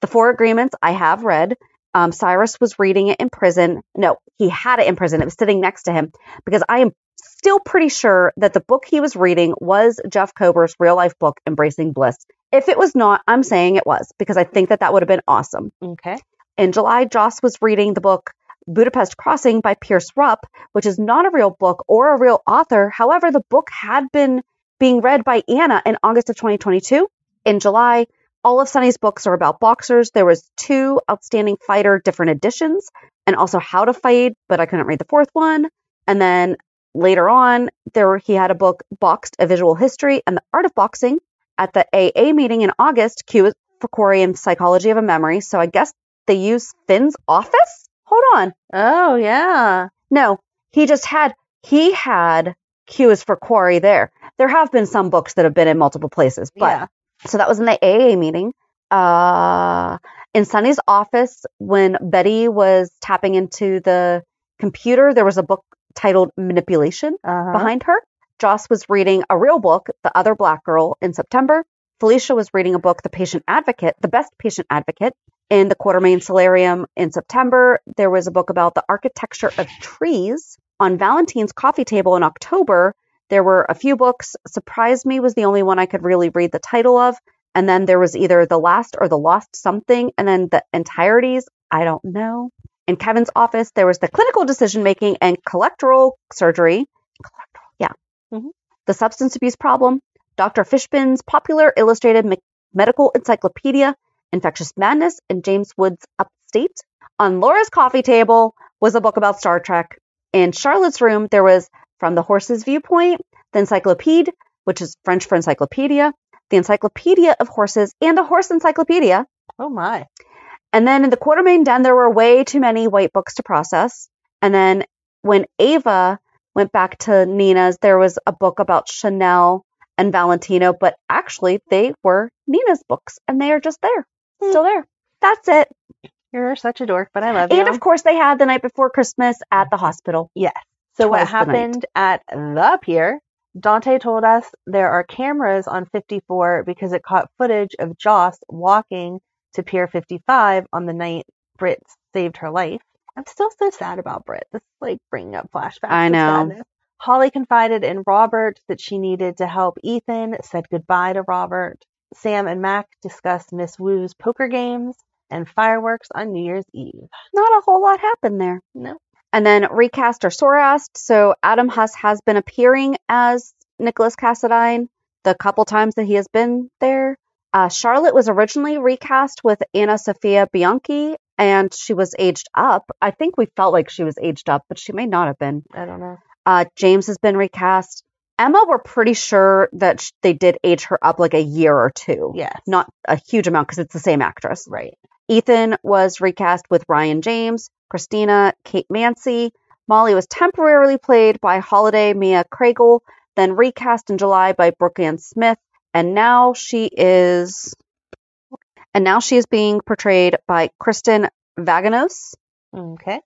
Speaker 2: The Four Agreements I have read. Um, Cyrus was reading it in prison. No, he had it in prison. It was sitting next to him because I am still pretty sure that the book he was reading was Jeff Kober's real life book, Embracing Bliss. If it was not, I'm saying it was because I think that that would have been awesome.
Speaker 1: Okay.
Speaker 2: In July, Joss was reading the book Budapest Crossing by Pierce Rupp, which is not a real book or a real author. However, the book had been being read by Anna in August of 2022. In July, all of Sunny's books are about boxers. There was two outstanding fighter different editions and also how to fight, but I couldn't read the fourth one. And then later on, there he had a book boxed a visual history and the art of boxing at the AA meeting in August, Q is for Corey and Psychology of a Memory. So I guess they use Finn's office? Hold on.
Speaker 1: Oh, yeah.
Speaker 2: No, he just had he had Q is for Quarry there. There have been some books that have been in multiple places, but
Speaker 1: Yeah.
Speaker 2: so that was in the AA meeting. Uh, in Sunny's office, when Betty was tapping into the computer, there was a book titled Manipulation
Speaker 1: Uh-huh.
Speaker 2: behind her. Joss was reading a real book, The Other Black Girl, in September. Felicia was reading a book, The Patient Advocate, The Best Patient Advocate, in the Quartermain Solarium in September. There was a book about the architecture of trees. On Valentine's coffee table in October, there were a few books. Surprise Me was the only one I could really read the title of. And then there was either The Last or The Lost Something, and then the entireties. I don't know. In Kevin's office, there was the clinical decision making and colectoral surgery the substance abuse problem, Dr. Fishbin's popular illustrated me- medical encyclopedia, Infectious Madness, and James Wood's Upstate. On Laura's coffee table was a book about Star Trek. In Charlotte's room, there was From the Horse's Viewpoint, the Encyclopede, which is French for encyclopedia, the Encyclopedia of Horses, and the Horse Encyclopedia.
Speaker 1: Oh, my.
Speaker 2: And then in the Quartermain Den, there were way too many white books to process. And then when Ava went back to Nina's, there was a book about Chanel and Valentino, but actually they were Nina's books and they are just there,
Speaker 1: Hmm.
Speaker 2: still there. That's it.
Speaker 1: You're such a dork, but I love you.
Speaker 2: And of course, they had the night before Christmas at the hospital.
Speaker 1: Yes. So what
Speaker 2: Twice the night.
Speaker 1: happened at the pier? Dante told us there are cameras on 54 because it caught footage of Joss walking to Pier 55 on the night Brit saved her life. I'm still so sad about Brit. This is like bringing up flashbacks.
Speaker 2: I
Speaker 1: of
Speaker 2: know.
Speaker 1: sadness. Holly confided in Robert that she needed to help Ethan, said goodbye to Robert. Sam and Mac discussed Miss Wu's poker games and fireworks on New Year's Eve.
Speaker 2: Not a whole lot happened there.
Speaker 1: No.
Speaker 2: And then recast or Sorast. So Adam Huss has been appearing as Nicholas Cassadine the couple times that he has been there. Uh, Charlotte was originally recast with Anna Sophia Bianchi, and she was aged up. I think we felt like she was aged up, but she may not have been.
Speaker 1: I don't know.
Speaker 2: Uh, James has been recast. Emma, we're pretty sure that sh- they did age her up like a year or two.
Speaker 1: Yes.
Speaker 2: Not a huge amount because it's the same actress.
Speaker 1: Right.
Speaker 2: Ethan was recast with Ryan James, Christina, Kate Mancy. Molly was temporarily played by Holiday Mia Craigle, then recast in July by Brooke Ann Smith, and now she is and now she is being portrayed by Kristen Vaganos.
Speaker 1: Okay.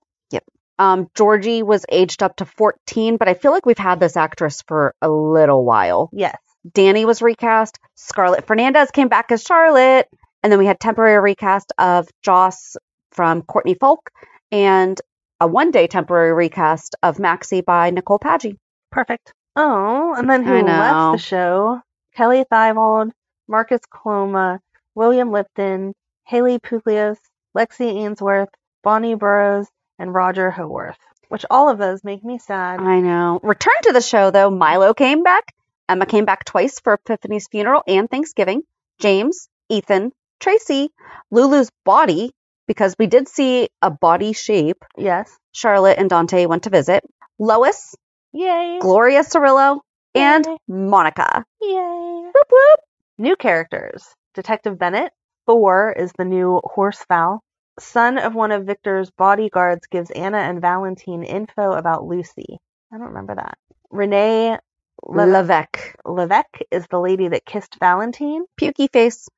Speaker 2: Um, Georgie was aged up to 14, but I feel like we've had this actress for a little while.
Speaker 1: Yes.
Speaker 2: Danny was recast. Scarlett Fernandez came back as Charlotte. And then we had temporary recast of Joss from Courtney Folk and a one day temporary recast of Maxie by Nicole Paggi.
Speaker 1: Perfect. Oh, and then who
Speaker 2: I know.
Speaker 1: left the show? Kelly Thivold, Marcus Coloma, William Lipton, Haley Puglios, Lexi Ainsworth, Bonnie Burrows, and Roger Haworth. Which all of those make me sad.
Speaker 2: I know. Return to the show, though. Milo came back. Emma came back twice for Epiphany's funeral and Thanksgiving. James, Ethan, Tracy, Lulu's body, because we did see a body shape.
Speaker 1: Yes.
Speaker 2: Charlotte and Dante went to visit. Lois,
Speaker 1: Yay.
Speaker 2: Gloria Cirillo, and
Speaker 1: Yay.
Speaker 2: Monica.
Speaker 1: Yay.
Speaker 2: Whoop, whoop.
Speaker 1: New characters. Detective Bennett. Thor is the new horsefowl. Son of one of Victor's bodyguards gives Anna and Valentine info about Lucy. I don't remember that. Renee Leve-
Speaker 2: Levesque.
Speaker 1: Levesque is the lady that kissed Valentine.
Speaker 2: Pukey face.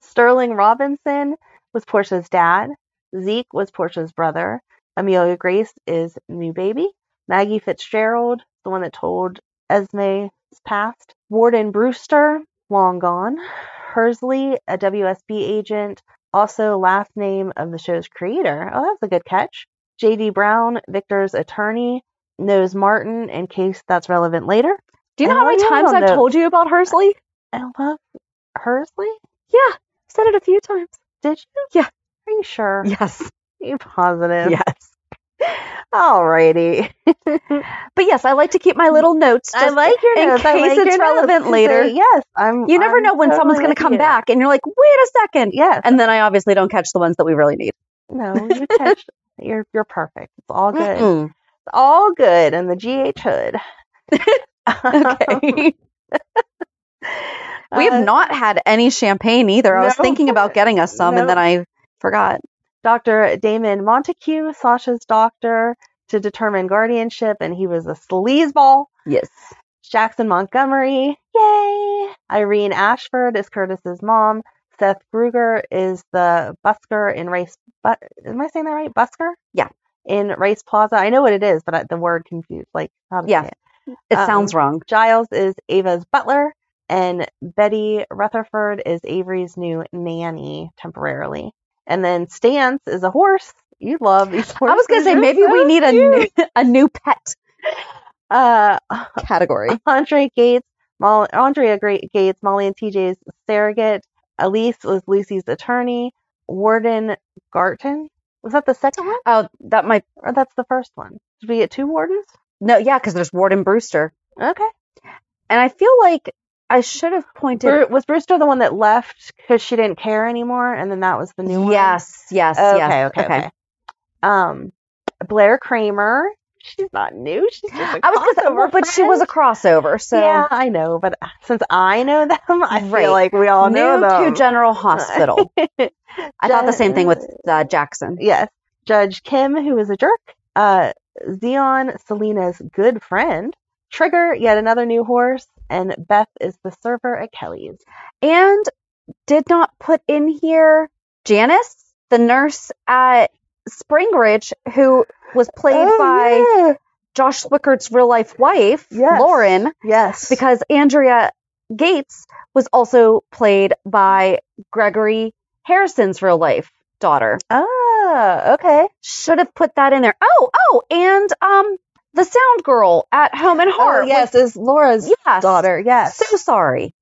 Speaker 1: Sterling Robinson was Portia's dad. Zeke was Portia's brother. Amelia Grace is new baby. Maggie Fitzgerald, the one that told Esme's past. Warden Brewster, long gone. Hersley, a WSB agent, also last name of the show's creator. Oh, that's a good catch. JD Brown, Victor's attorney, knows Martin in case that's relevant later.
Speaker 2: Do you know
Speaker 1: I
Speaker 2: how many
Speaker 1: love
Speaker 2: times
Speaker 1: you on
Speaker 2: I've
Speaker 1: the-
Speaker 2: told you about Hersley?
Speaker 1: I love Hersley.
Speaker 2: Yeah, said it a few times.
Speaker 1: Did you?
Speaker 2: Yeah.
Speaker 1: Are you sure?
Speaker 2: Yes.
Speaker 1: Are you positive?
Speaker 2: Yes.
Speaker 1: Alrighty.
Speaker 2: But yes, I like to keep my little notes.
Speaker 1: I
Speaker 2: just
Speaker 1: like your
Speaker 2: in
Speaker 1: notes. I
Speaker 2: case
Speaker 1: like your
Speaker 2: it's
Speaker 1: notes.
Speaker 2: relevant
Speaker 1: So,
Speaker 2: later.
Speaker 1: yes, I'm.
Speaker 2: You never
Speaker 1: I'm
Speaker 2: know when someone's
Speaker 1: totally
Speaker 2: going to
Speaker 1: with
Speaker 2: come
Speaker 1: you.
Speaker 2: back, and you're like, wait a second.
Speaker 1: Yes.
Speaker 2: And then I obviously don't catch the ones that we really need.
Speaker 1: No, you catch. you're you're perfect. It's all good.
Speaker 2: Mm-mm.
Speaker 1: It's all good. And the GH hood.
Speaker 2: Okay. we
Speaker 1: Uh,
Speaker 2: have not had any champagne either. I was
Speaker 1: no.
Speaker 2: thinking about getting us some, and
Speaker 1: No.
Speaker 2: then I forgot.
Speaker 1: Dr. Damon Montague, Sasha's doctor, to determine guardianship, and he was a sleazeball.
Speaker 2: Yes.
Speaker 1: Jackson Montgomery, yay! Irene Ashford is Curtis's mom. Seth Gruger is the busker in Race. But am I saying that right? Busker?
Speaker 2: Yeah.
Speaker 1: In Race Plaza. I know what it is, but I, the word confused. Like how to say
Speaker 2: Yeah.
Speaker 1: it.
Speaker 2: It
Speaker 1: Um,
Speaker 2: sounds wrong.
Speaker 1: Giles is Ava's butler, and Betty Rutherford is Avery's new nanny temporarily. And then Stance is a horse. You love these horses.
Speaker 2: I was going to say
Speaker 1: They're
Speaker 2: maybe
Speaker 1: so
Speaker 2: we need a
Speaker 1: cute.
Speaker 2: new, a new pet
Speaker 1: uh,
Speaker 2: category.
Speaker 1: Andre Gates, Molly, Andrea Great Gates, Molly and TJ's surrogate. Elise was Lucy's attorney. Warden Garton was that the second one,
Speaker 2: Oh, that might
Speaker 1: or that's the first one? Did we get two wardens?
Speaker 2: no, yeah, because there's Warden Brewster,
Speaker 1: Okay.
Speaker 2: and I feel like I should have pointed.
Speaker 1: Bru- was Brewster the one that left because she didn't care anymore, and then that was the new one? Oh,
Speaker 2: yes, yes,
Speaker 1: Okay,
Speaker 2: yes.
Speaker 1: okay, okay. Um, Blair Kramer, she's not new. She's just a
Speaker 2: I was gonna say, well,
Speaker 1: crossover
Speaker 2: but she was a
Speaker 1: friend.
Speaker 2: crossover, so
Speaker 1: yeah, I know, but since I know them, I
Speaker 2: Right.
Speaker 1: feel like we all know
Speaker 2: new
Speaker 1: them.
Speaker 2: to General Hospital. I thought the same thing with uh, Jackson.
Speaker 1: yes, Judge Kim, who is a jerk. Uh, Zeon, Selena's good friend. Trigger, yet another new horse, and Beth is the server at Kelly's.
Speaker 2: and did not put in here Janice, the nurse at Spring Ridge, who was played
Speaker 1: Oh,
Speaker 2: by
Speaker 1: yeah.
Speaker 2: Josh Swickert's real life wife,
Speaker 1: Yes.
Speaker 2: Lauren,
Speaker 1: yes,
Speaker 2: because Andrea Gates was also played by Gregory Harrison's real life daughter.
Speaker 1: ah, okay,
Speaker 2: Should have put that in there. Oh, oh, and um, the sound girl at Home and Heart.
Speaker 1: oh, yes,
Speaker 2: was-
Speaker 1: is Laura's
Speaker 2: Yes.
Speaker 1: daughter. Yes.
Speaker 2: so sorry.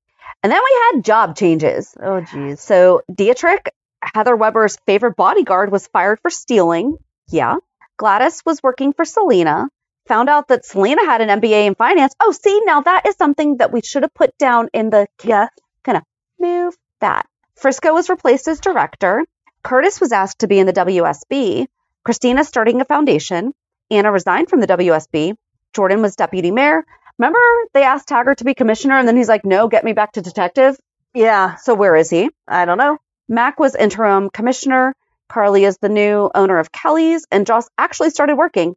Speaker 2: And then we had job changes.
Speaker 1: oh, geez.
Speaker 2: So Dietrich, Heather Weber's favorite bodyguard, was fired for stealing. Yeah. Gladys was working for Selena. Found out that Selena had an MBA in finance. Oh, see, now that is something that we should have put down in the yeah. Kind of move that. Frisco was replaced as director. Curtis was asked to be in the WSB. Christina starting a foundation. Anna resigned from the WSB. Jordan was deputy mayor. Remember, they asked Taggart to be commissioner, and then he's like, "No, get me back to detective."
Speaker 1: Yeah,
Speaker 2: So where is he?
Speaker 1: I don't know.
Speaker 2: Mac was interim commissioner. Carly is the new owner of Kelly's, and Joss actually started working.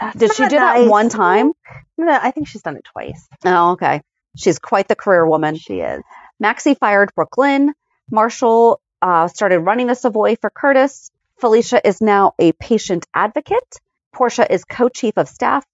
Speaker 1: That's
Speaker 2: Did she
Speaker 1: not
Speaker 2: do that
Speaker 1: nice.
Speaker 2: one time?
Speaker 1: No, I think she's done it twice.
Speaker 2: Oh, okay. She's quite the career woman.
Speaker 1: She is.
Speaker 2: Maxie fired Brooklyn. Marshall uh, started running the Savoy for Curtis. Felicia is now a patient advocate. Portia is co chief of staff.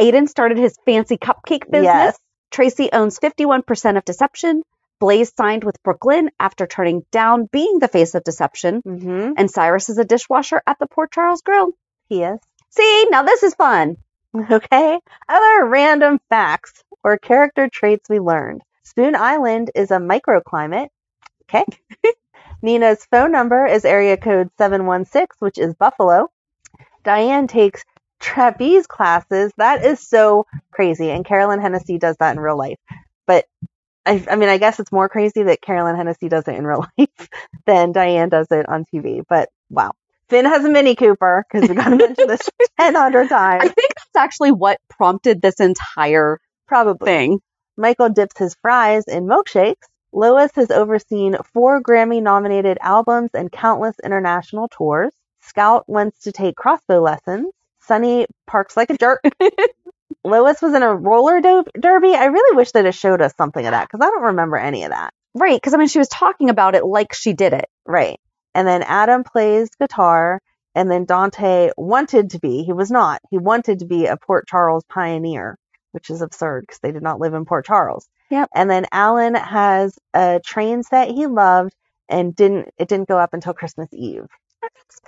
Speaker 2: Aiden started his fancy cupcake business.
Speaker 1: Yes.
Speaker 2: Tracy owns 51% of Deception. Blaze signed with Brooklyn after turning down being the face of Deception.
Speaker 1: Mm-hmm.
Speaker 2: and Cyrus is a dishwasher at the Port Charles Grill.
Speaker 1: He is.
Speaker 2: See, now this is fun.
Speaker 1: Okay. Other random facts or character traits we learned. Spoon Island is a microclimate. Okay. Nina's phone number is area code 716, which is Buffalo. Diane takes trapeze classes. That is so crazy. And Carolyn Hennessy does that in real life. But I, I mean, I guess it's more crazy that Carolyn Hennessy does it in real life than Diane does it on TV. But wow. Finn has a Mini Cooper because we got to mention this 1,000 times.
Speaker 2: I think that's actually what prompted this entire
Speaker 1: Probably.
Speaker 2: thing.
Speaker 1: Michael dips his fries in milkshakes. Lois has overseen four Grammy nominated albums and countless international tours. Scout wants to take crossbow lessons. Sunny parks like a jerk. Lois was in a roller do- derby. I really wish they'd have showed us something of that because I don't remember any of that.
Speaker 2: Right, because I mean, she was talking about it like she did it.
Speaker 1: Right. And then Adam plays guitar. And then Dante wanted to be, he was not, he wanted to be a Port Charles pioneer, which is absurd because they did not live in Port Charles.
Speaker 2: Yep.
Speaker 1: And then Alan has a train set he loved and didn't, it didn't go up until Christmas Eve.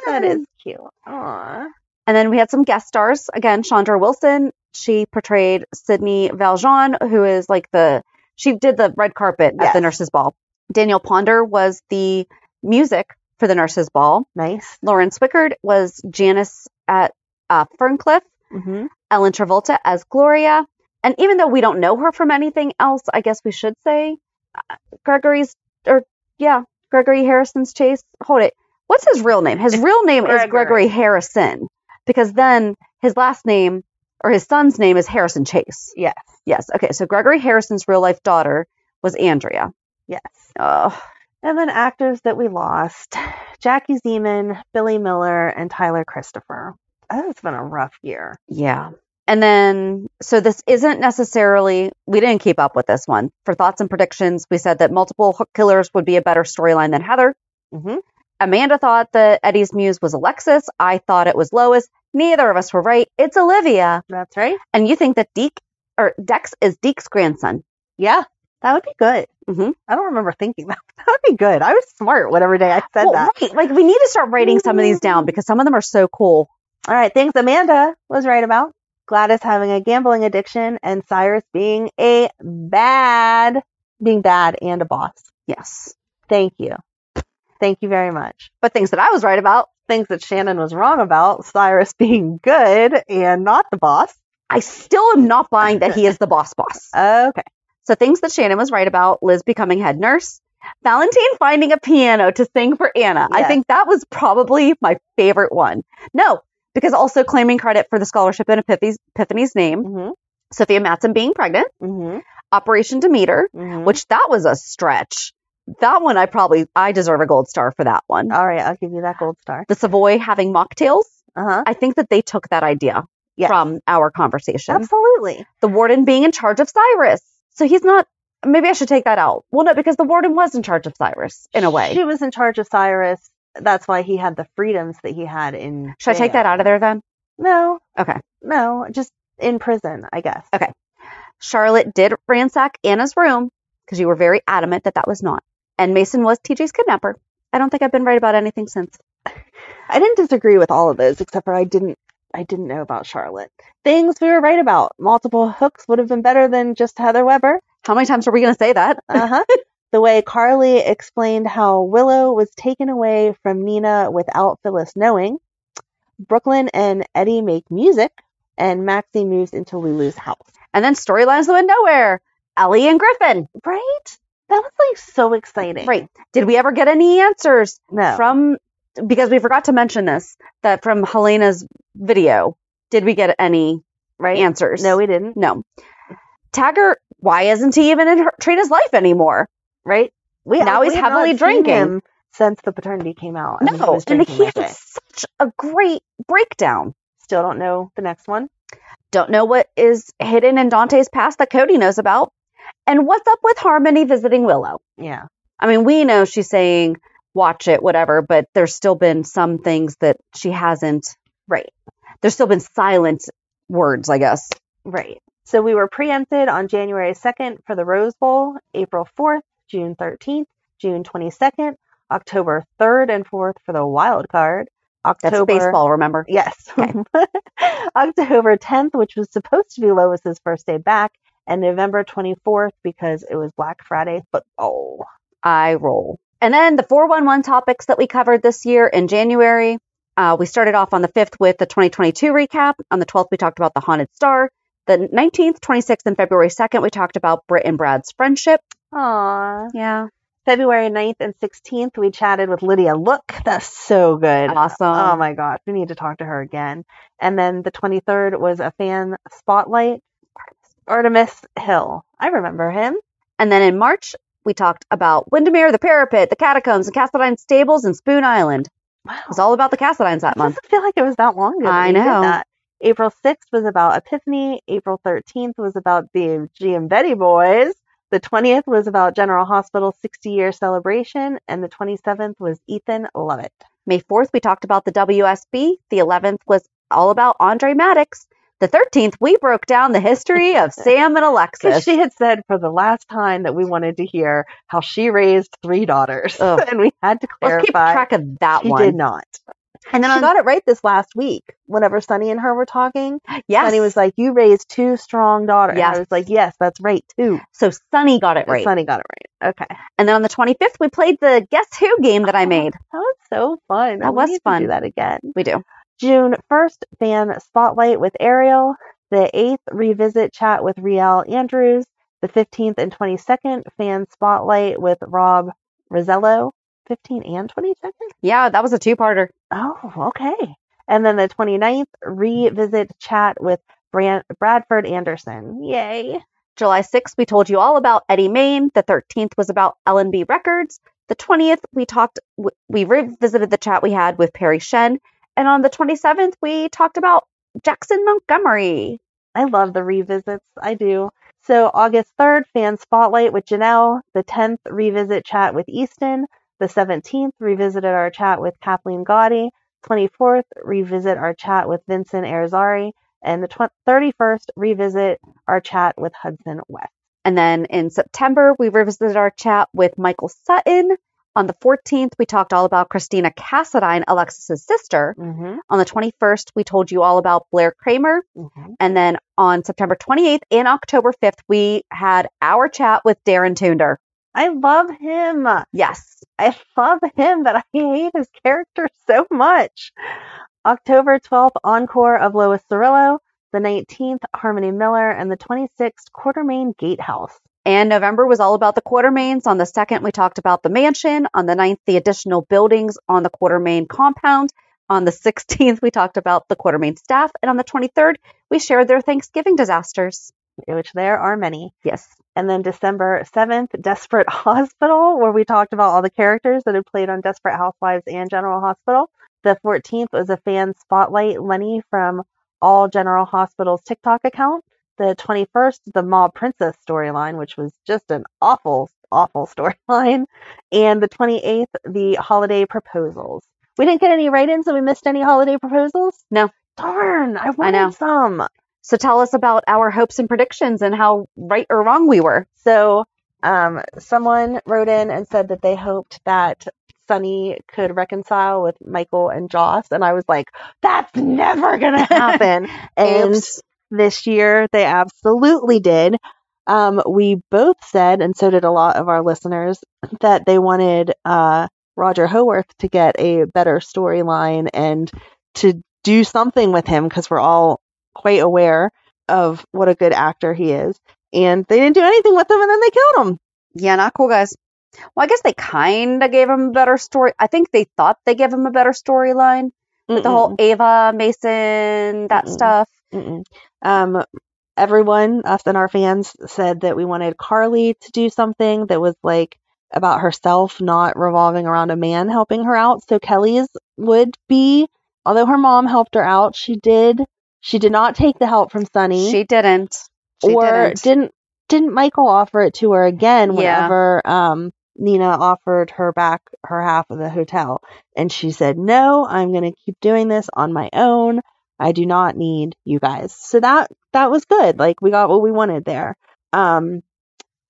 Speaker 1: That is cute. Aww.
Speaker 2: Mm. And then we had some guest stars. Again, Chandra Wilson. She portrayed Sydney Valjean, who is like the she did the red carpet at
Speaker 1: Yes.
Speaker 2: the nurses' ball. Daniel Ponder was the music for the nurses' ball.
Speaker 1: Nice.
Speaker 2: Lauren Swickard was Janice at uh, Ferncliff.
Speaker 1: Mm-hmm.
Speaker 2: Ellen Travolta as Gloria. And even though we don't know her from anything else, I guess we should say uh, Gregory's, or yeah, Gregory Harrison's Chase. Hold it. What's his real name? His real name is
Speaker 1: Gregory.
Speaker 2: Gregory Harrison because then his last name or his son's name is Harrison Chase.
Speaker 1: Yes.
Speaker 2: Yes. Okay. So Gregory Harrison's real life daughter was Andrea.
Speaker 1: Yes.
Speaker 2: Oh,
Speaker 1: And then actors that we lost Jackie Zeman, Billy Miller, and Tyler Christopher. Oh, it's been a rough year.
Speaker 2: Yeah. And then, so this isn't necessarily, we didn't keep up with this one. For thoughts and predictions, we said that multiple hook killers would be a better storyline than Heather.
Speaker 1: Mm-hmm.
Speaker 2: Amanda thought that Eddie's muse was Alexis. I thought it was Lois. Neither of us were right. It's Olivia.
Speaker 1: That's right.
Speaker 2: And you think that Deke or Dex is Deke's grandson.
Speaker 1: Yeah, that would be good.
Speaker 2: Mhm.
Speaker 1: I don't remember thinking that. That would be good. I was smart whatever day I said
Speaker 2: Well,
Speaker 1: that.
Speaker 2: right. Like, we need to start writing some of these down because some of them are so cool.
Speaker 1: All right, thanks. Amanda was right about Gladys having a gambling addiction and Cyrus being a bad, being bad and a boss.
Speaker 2: Yes.
Speaker 1: Thank you. Thank you very much.
Speaker 2: But things that I was right about,
Speaker 1: Things that Shannon was wrong about Cyrus being good and not the boss.
Speaker 2: I still am not buying that he is the boss boss.
Speaker 1: Okay.
Speaker 2: So things that Shannon was right about, Liz becoming head nurse, Valentine finding a piano to sing for Anna. I
Speaker 1: Yes.
Speaker 2: think that was probably my favorite one. No, because also claiming credit for the scholarship in Epiphanes- Epiphany's name,
Speaker 1: Mhm.
Speaker 2: Sophia Matson being pregnant,
Speaker 1: Mhm.
Speaker 2: Operation Demeter,
Speaker 1: Mhm.
Speaker 2: which that was a stretch. That one I probably I deserve a gold star for that one.
Speaker 1: All right, I'll give you that gold star.
Speaker 2: the Savoy having mocktails.
Speaker 1: Uh huh.
Speaker 2: I think that they took that idea
Speaker 1: Yes.
Speaker 2: from our conversation.
Speaker 1: Absolutely.
Speaker 2: The warden being in charge of Cyrus. So he's not maybe I should take that out. Well no, because the warden was in charge of Cyrus in a way.
Speaker 1: She was in charge of Cyrus. That's why he had the freedoms that he had in.
Speaker 2: Should I take that out of there then?
Speaker 1: No,
Speaker 2: Okay.
Speaker 1: no, just in prison, I guess.
Speaker 2: Okay. Charlotte did ransack Anna's room because you were very adamant that that was not. And Mason was TJ's kidnapper. I don't think I've been right about anything since.
Speaker 1: I didn't disagree with all of those, except for I didn't. I didn't know about Charlotte. Things we were right about. Multiple hooks would have been better than just Heather Weber.
Speaker 2: How many times are we going to say that?
Speaker 1: Uh huh. the way Carly explained how Willow was taken away from Nina without Phyllis knowing. Brooklyn and Eddie make music, and Maxie moves into Lulu's house.
Speaker 2: And then storylines that went nowhere. Ellie and Griffin.
Speaker 1: Right? That was like so exciting.
Speaker 2: Right. Did we ever get any answers
Speaker 1: No.
Speaker 2: from because we forgot to mention this that from Helena's video, did we get any
Speaker 1: right?
Speaker 2: answers?
Speaker 1: No, we didn't.
Speaker 2: no. Taggart, why isn't he even in her, Trina's life anymore?
Speaker 1: Right? We
Speaker 2: Now
Speaker 1: we
Speaker 2: he's
Speaker 1: have not
Speaker 2: heavily
Speaker 1: seen
Speaker 2: drinking.
Speaker 1: him since the paternity came out. and he
Speaker 2: no,
Speaker 1: was
Speaker 2: and
Speaker 1: drinking
Speaker 2: he
Speaker 1: that day.
Speaker 2: had such a great breakdown.
Speaker 1: Still don't know the next one.
Speaker 2: Don't know what is hidden in Dante's past that Cody knows about, and what's up with Harmony visiting Willow?
Speaker 1: Yeah.
Speaker 2: I mean, we know she's saying watch it, whatever, but there's still been some things that she hasn't. Right. There's still been silent words, I guess.
Speaker 1: Right. So we were preempted on January 2nd for the Rose Bowl, April 4th, June 13th, June 22nd, October 3rd and 4th for the wild card.
Speaker 2: That's
Speaker 1: October
Speaker 2: baseball, remember?
Speaker 1: Yes. October 10th, which was supposed to be Lois's first day back, and November 24th because it was Black Friday football.
Speaker 2: I roll. And then the 411 topics that we covered this year in January. Uh, we started off on the 5th with the 2022 recap. On the 12th, we talked about the Haunted Star. The 19th, 26th, and February 2nd, we talked about Britt and Brad's friendship.
Speaker 1: Aww.
Speaker 2: Yeah.
Speaker 1: February 9th and 16th, we chatted with Lydia. Look, that's so good.
Speaker 2: Awesome.
Speaker 1: Oh my gosh, we need to talk to her again. And then the 23rd was a fan spotlight. Artemis Hill. I remember him.
Speaker 2: And then in March, we talked about Windermere, the Parapet, the Catacombs, and Cassadine Stables and Spoon Island.
Speaker 1: Wow.
Speaker 2: It was all about the Cassadines that
Speaker 1: It
Speaker 2: month.
Speaker 1: doesn't feel like it was that long ago. that
Speaker 2: I
Speaker 1: we did
Speaker 2: know.
Speaker 1: that. April 6th was about Epiphany. April 13th was about the G and Betty Boys. The 20th was about General Hospital's 60 year celebration. And the 27th was Ethan Lovett.
Speaker 2: May 4th, we talked about the WSB. The 11th was all about Andre Maddox. The 13th, we broke down the history of Sam and
Speaker 1: Because
Speaker 2: Alexis.
Speaker 1: she had said for the last time that we wanted to hear how she raised three daughters.
Speaker 2: Ugh.
Speaker 1: and we had to
Speaker 2: Let's keep
Speaker 1: clarify.
Speaker 2: track of that
Speaker 1: she
Speaker 2: one.
Speaker 1: did not.
Speaker 2: And then
Speaker 1: she
Speaker 2: on,
Speaker 1: got it right this last week. Whenever Sunny and her were talking,
Speaker 2: yes.
Speaker 1: Sunny was like, You raised two strong daughters. And
Speaker 2: Yes.
Speaker 1: I was like, Yes, that's right, too.
Speaker 2: so Sunny got it right.
Speaker 1: Sunny got it right. Okay.
Speaker 2: And then on the 25th, we played the Guess Who game that I made.
Speaker 1: That was so fun.
Speaker 2: That
Speaker 1: We
Speaker 2: was
Speaker 1: need to
Speaker 2: fun.
Speaker 1: do that again.
Speaker 2: We do.
Speaker 1: June 1st, fan spotlight with Ariel. The 8th, revisit chat with Riel Andrews. The 15th and 22nd, fan spotlight with Rob Rosello. 15 and 22nd?
Speaker 2: Yeah, that was a two-parter.
Speaker 1: Oh, okay. And then the 29th, revisit chat with Bran- Bradford Anderson. Yay.
Speaker 2: July 6th, we told you all about Eddie Main. The 13th was about L&B Records. The 20th, we talked, w- we revisited the chat we had with Perry Shen. And on the 27th, we talked about Jackson Montgomery.
Speaker 1: I love the revisits. I do. So August 3rd, fan spotlight with Janelle. The 10th, revisit chat with Easton. The 17th, revisited our chat with Kathleen Gotti. 24th, revisit our chat with Vincent Arizari. And the tw- 31st, revisit our chat with Hudson West.
Speaker 2: And then in September, we revisited our chat with Michael Sutton. On the 14th, we talked all about Christina Cassadine, Alexis's sister.
Speaker 1: Mm-hmm.
Speaker 2: On the 21st, we told you all about Blair Kramer.
Speaker 1: Mm-hmm.
Speaker 2: And then on September 28th and October 5th, we had our chat with Darren Tunder.
Speaker 1: I love him.
Speaker 2: Yes.
Speaker 1: I love him, but I hate his character so much. October 12th, Encore of Lois Cirillo. The 19th, Harmony Miller. And the 26th, Quartermain Gatehouse.
Speaker 2: And November was all about the Quartermains. On the second, we talked about the mansion. On the ninth, the additional buildings on the Quartermain compound. On the 16th, we talked about the Quartermain staff. And on the 23rd, we shared their Thanksgiving disasters.
Speaker 1: which there are many.
Speaker 2: Yes.
Speaker 1: And then December 7th, Desperate Hospital, where we talked about all the characters that had played on Desperate Housewives and General Hospital. The 14th was a fan spotlight, Lenny from All General Hospital's TikTok account. The 21st, the Mob Princess storyline, which was just an awful, awful storyline. And the 28th, the holiday proposals. We didn't get any write ins, so we missed any holiday proposals.
Speaker 2: No.
Speaker 1: Darn, I wanted
Speaker 2: know.
Speaker 1: some.
Speaker 2: So tell us about our hopes and predictions and how right or wrong we were.
Speaker 1: So, um, someone wrote in and said that they hoped that Sunny could reconcile with Michael and Joss, and I was like, "That's never gonna happen." and
Speaker 2: Oops.
Speaker 1: this year, they absolutely did. Um, we both said, and so did a lot of our listeners, that they wanted uh, Roger Howarth to get a better storyline and to do something with him because we're all quite aware of what a good actor he is and they didn't do anything with him, and then they killed him.
Speaker 2: Yeah, not cool, guys. Well, I guess they kind of gave him a better story. I think they thought they gave him a better storyline. with The whole Ava, Mason, that
Speaker 1: Mm-mm.
Speaker 2: stuff.
Speaker 1: Mm-mm. Um, everyone, us and our fans, said that we wanted Carly to do something that was like about herself, not revolving around a man helping her out. So Kelly's would be, although her mom helped her out, she did she did not take the help from Sunny,
Speaker 2: She didn't. She
Speaker 1: or
Speaker 2: didn't.
Speaker 1: didn't didn't Michael offer it to her again
Speaker 2: Yeah.
Speaker 1: whenever um Nina offered her back her half of the hotel and she said no I'm going to keep doing this on my own I do not need you guys so that that was good like we got what we wanted there um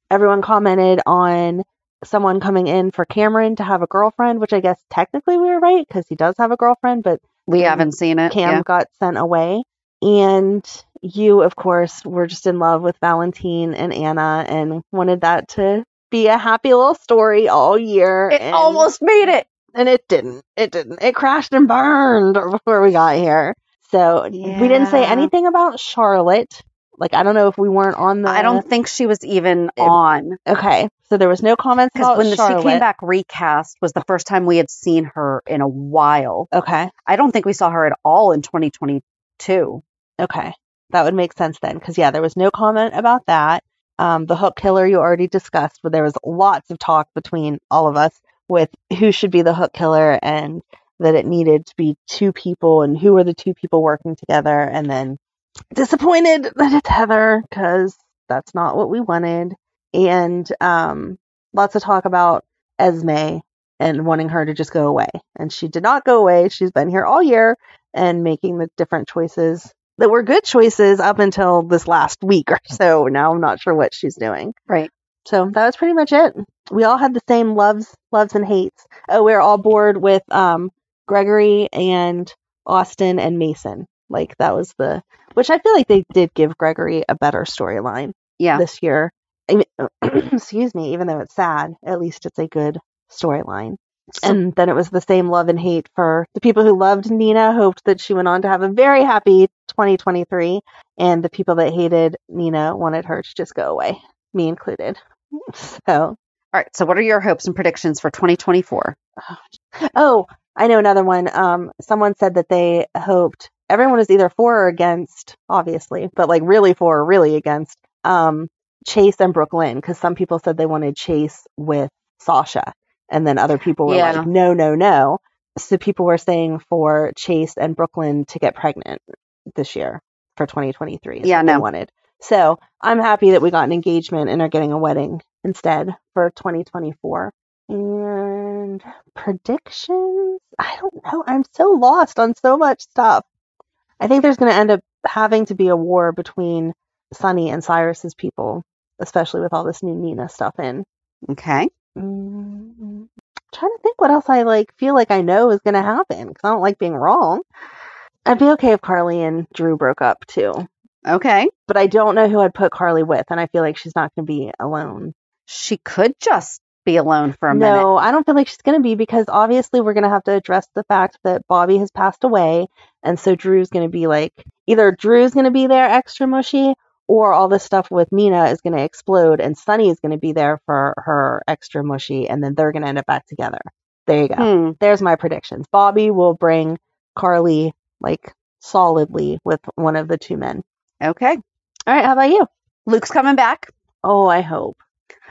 Speaker 1: everyone commented on someone coming in for Cameron to have a girlfriend which I guess technically we were right cuz he does have a girlfriend but
Speaker 2: we haven't seen it.
Speaker 1: Cam
Speaker 2: yeah.
Speaker 1: got sent away. And you, of course, were just in love with Valentine and Anna and wanted that to be a happy little story all year.
Speaker 2: It
Speaker 1: and,
Speaker 2: almost made it.
Speaker 1: and it didn't. It didn't. It crashed and burned before we got here. So we didn't say
Speaker 2: Yeah.
Speaker 1: anything about Charlotte. Like I don't know if we weren't on the
Speaker 2: I don't think she was even
Speaker 1: Yeah.
Speaker 2: on
Speaker 1: Okay. So there was no comments
Speaker 2: because
Speaker 1: about
Speaker 2: when the, she
Speaker 1: Charlotte.
Speaker 2: came back recast was the first time we had seen her in a while.
Speaker 1: Okay.
Speaker 2: I don't think we saw her at all in 2022.
Speaker 1: Okay. That would make sense then. Because, yeah, there was no comment about that. Um, the hook killer you already discussed, but there was lots of talk between all of us with who should be the hook killer and that it needed to be two people and who are the two people working together. And then disappointed that it's Heather because that's not what we wanted. And um, lots of talk about Esme and wanting her to just go away. And she did not go away. She's been here all year and making the different choices that were good choices up until this last week or so. Now I'm not sure what she's doing.
Speaker 2: Right.
Speaker 1: So that was pretty much it. We all had the same loves, loves and hates. Oh, we are all bored with um Gregory and Austin and Mason. Like that was the which I feel like they did give Gregory a better storyline
Speaker 2: Yeah.
Speaker 1: this year. I mean, excuse me, even though it's sad, at least it's a good storyline. and then it was the same love and hate for the people who loved Nina, hoped that she went on to have a very happy 2023, and the people that hated Nina wanted her to just go away, me included. So,
Speaker 2: All right. So, what are your hopes and predictions for 2024?
Speaker 1: oh, I know another one. Um, someone said that they hoped everyone was either for or against, obviously, but like really for or really against um, Chase and Brooklyn, because some people said they wanted Chase with Sasha, and then other people were
Speaker 2: Yeah.
Speaker 1: like, no, no, no. So people were saying for Chase and Brooklyn to get pregnant this year for 2023. is
Speaker 2: Yeah,
Speaker 1: what they
Speaker 2: no.
Speaker 1: wanted. So I'm happy that we got an engagement and are getting a wedding instead for 2024. And predictions? I don't know. I'm so lost on so much stuff. I think there's going to end up having to be a war between Sunny and Cyrus's people, especially with all this new Nina stuff in.
Speaker 2: Okay.
Speaker 1: Mm, trying to think what else I like feel like I know is going to happen because I don't like being wrong. I'd be okay if Carly and Drew broke up too,
Speaker 2: Okay.
Speaker 1: but I don't know who I'd put Carly with, and I feel like she's not going to be alone.
Speaker 2: She could just be alone for a minute.
Speaker 1: No, I don't feel like she's going to be because obviously we're going to have to address the fact that Bobby has passed away, and so Drew's going to be like either Drew's going to be there extra mushy. Or all this stuff with Nina is going to explode, and Sunny is going to be there for her extra mushy, and then they're going to end up back together. There you go.
Speaker 2: Hmm.
Speaker 1: there's my predictions. Bobby will bring Carly like solidly with one of the two men.
Speaker 2: Okay. All right. How about you? Luke's coming back.
Speaker 1: Oh, I hope.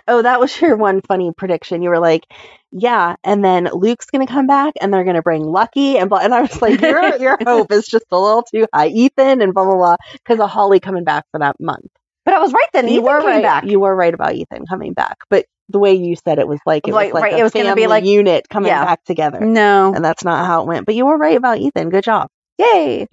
Speaker 1: Oh, that was your one funny prediction. You were like, "Yeah," and then Luke's gonna come back, and they're gonna bring Lucky, and blah. And I was like, "Your your hope is just a little too high, Ethan," and blah blah blah, because of Holly coming back for that month.
Speaker 2: But I was right then.
Speaker 1: you
Speaker 2: Ethan
Speaker 1: were
Speaker 2: came
Speaker 1: right.
Speaker 2: back.
Speaker 1: You were right about Ethan coming back, but the way you said it was like it
Speaker 2: Like,
Speaker 1: was like
Speaker 2: right,
Speaker 1: a
Speaker 2: it was gonna
Speaker 1: family
Speaker 2: be like-
Speaker 1: unit coming
Speaker 2: Yeah. Mm.
Speaker 1: back together,
Speaker 2: no.
Speaker 1: and that's not how it went. But you were right about Ethan. Good job.
Speaker 2: Yay.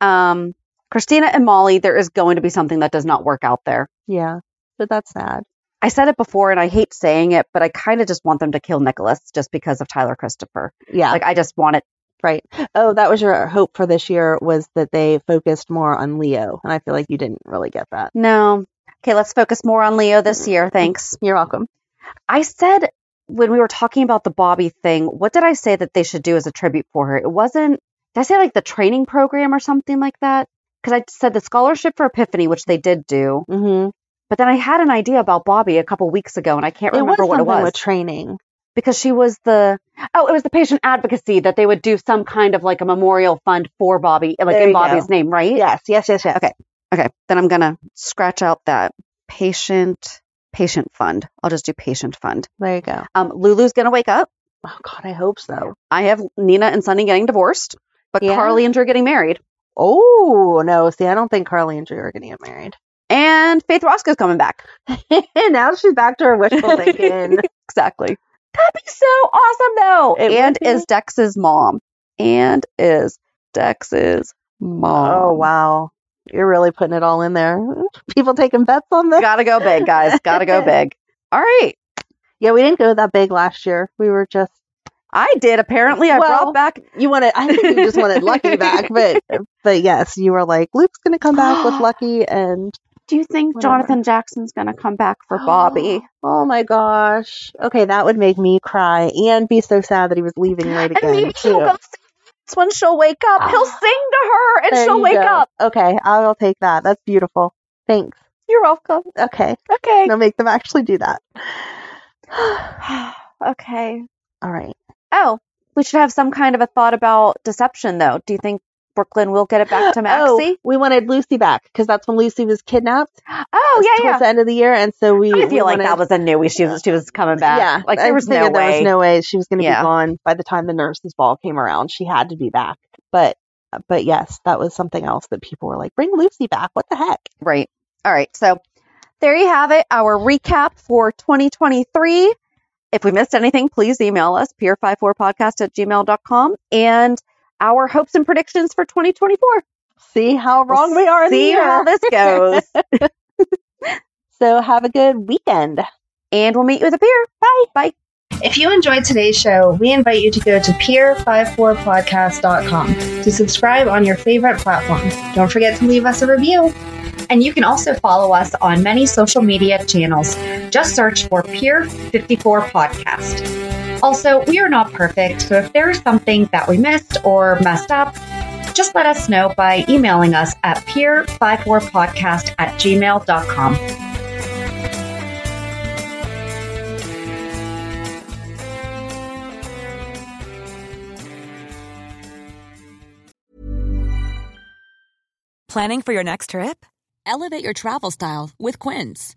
Speaker 2: um, Christina and Molly, there is going to be something that does not work out there.
Speaker 1: Yeah, but that's sad.
Speaker 2: I said it before and I hate saying it, but I kind of just want them to kill Nicholas just because of Tyler Christopher.
Speaker 1: Yeah.
Speaker 2: Like, I just want it.
Speaker 1: Right. Oh, that was your hope for this year was that they focused more on Leo. And I feel like you didn't really get that.
Speaker 2: No. Okay, let's focus more on Leo this year. Thanks.
Speaker 1: Mm-hmm. You're welcome.
Speaker 2: I said when we were talking about the Bobby thing, what did I say that they should do as a tribute for her? It wasn't, did I say like the training program or something like that? Because I said the scholarship for Epiphany, which they did do.
Speaker 1: Mm-hmm.
Speaker 2: But then I had an idea about Bobby a couple weeks ago and I can't
Speaker 1: It was
Speaker 2: remember what it
Speaker 1: something
Speaker 2: was.
Speaker 1: with training.
Speaker 2: because she was the oh it was the patient advocacy that they would do some kind of like a memorial fund for bobby like
Speaker 1: There
Speaker 2: in
Speaker 1: you
Speaker 2: bobby's name right
Speaker 1: Yes, yes, yes, yes.
Speaker 2: Okay. okay then i'm gonna scratch out that patient patient fund i'll just do patient fund
Speaker 1: There you go.
Speaker 2: um lulu's gonna wake up
Speaker 1: Oh, God, I hope so.
Speaker 2: i have nina and sunny getting divorced but
Speaker 1: Yeah.
Speaker 2: carly and drew getting married
Speaker 1: Oh, no. See, I don't think Carly and Drew are going to get married.
Speaker 2: and faith roscoe's coming back
Speaker 1: now she's back to her wishful thinking.
Speaker 2: exactly that'd be so awesome though
Speaker 1: It would
Speaker 2: and
Speaker 1: be.
Speaker 2: is dex's mom and is dex's mom
Speaker 1: oh, wow. You're really putting it all in there. People taking bets on this.
Speaker 2: gotta go big, guys. Gotta go big. All right.
Speaker 1: Yeah, we didn't go that big last year. We were just
Speaker 2: I did. Apparently, I
Speaker 1: Well,
Speaker 2: brought back.
Speaker 1: You wanted, I think you just wanted Lucky back, but but yes, you were like Luke's gonna come back with Lucky, and
Speaker 2: Do you think
Speaker 1: Whatever.
Speaker 2: Jonathan Jackson's gonna come back for Bobby?
Speaker 1: Oh my gosh! Okay, that would make me cry and be so sad that he was leaving right again. too.
Speaker 2: sing this when she'll wake up. He'll sing to her, and
Speaker 1: There
Speaker 2: she'll
Speaker 1: you
Speaker 2: wake
Speaker 1: go.
Speaker 2: up.
Speaker 1: Okay, I'll take that. That's beautiful. Thanks.
Speaker 2: You're welcome.
Speaker 1: Okay,
Speaker 2: Okay.
Speaker 1: now make them actually do that.
Speaker 2: okay.
Speaker 1: All right.
Speaker 2: Oh, we should have some kind of a thought about deception, though. Do you think Brooklyn will get it back to
Speaker 1: Oh,
Speaker 2: Maxie?
Speaker 1: we wanted Lucy back because that's when Lucy was kidnapped.
Speaker 2: Oh,
Speaker 1: It was
Speaker 2: yeah,
Speaker 1: towards
Speaker 2: yeah.
Speaker 1: the end of the year, and so we.
Speaker 2: I
Speaker 1: we
Speaker 2: feel like
Speaker 1: wanted-
Speaker 2: that was a new she was she was coming back.
Speaker 1: Yeah,
Speaker 2: like
Speaker 1: I
Speaker 2: there was no
Speaker 1: figured there
Speaker 2: way.
Speaker 1: was no way she was going to
Speaker 2: Yeah.
Speaker 1: be gone by the time the nurses' ball came around. She had to be back, but but yes, that was something else that people were like, "Bring Lucy back! What the heck?"
Speaker 2: Right. All right. So there you have it, our recap for 2023. If we missed anything, please email us, peer54podcast at gmail.com, and our hopes and predictions for 2024.
Speaker 1: See how wrong we are. In the
Speaker 2: See
Speaker 1: year.
Speaker 2: how this goes.
Speaker 1: so have a good weekend.
Speaker 2: and we'll meet you at the pier. Bye. Bye.
Speaker 3: If you enjoyed today's show, we invite you to go to peer54podcast.com to subscribe on your favorite platform. Don't forget to leave us a review. And you can also follow us on many social media channels. Just search for Peer54 Podcast. Also, we are not perfect, so if there is something that we missed or messed up, just let us know by emailing us at peer54podcast at gmail.com.
Speaker 4: Planning for your next trip? Elevate your travel style with Quince.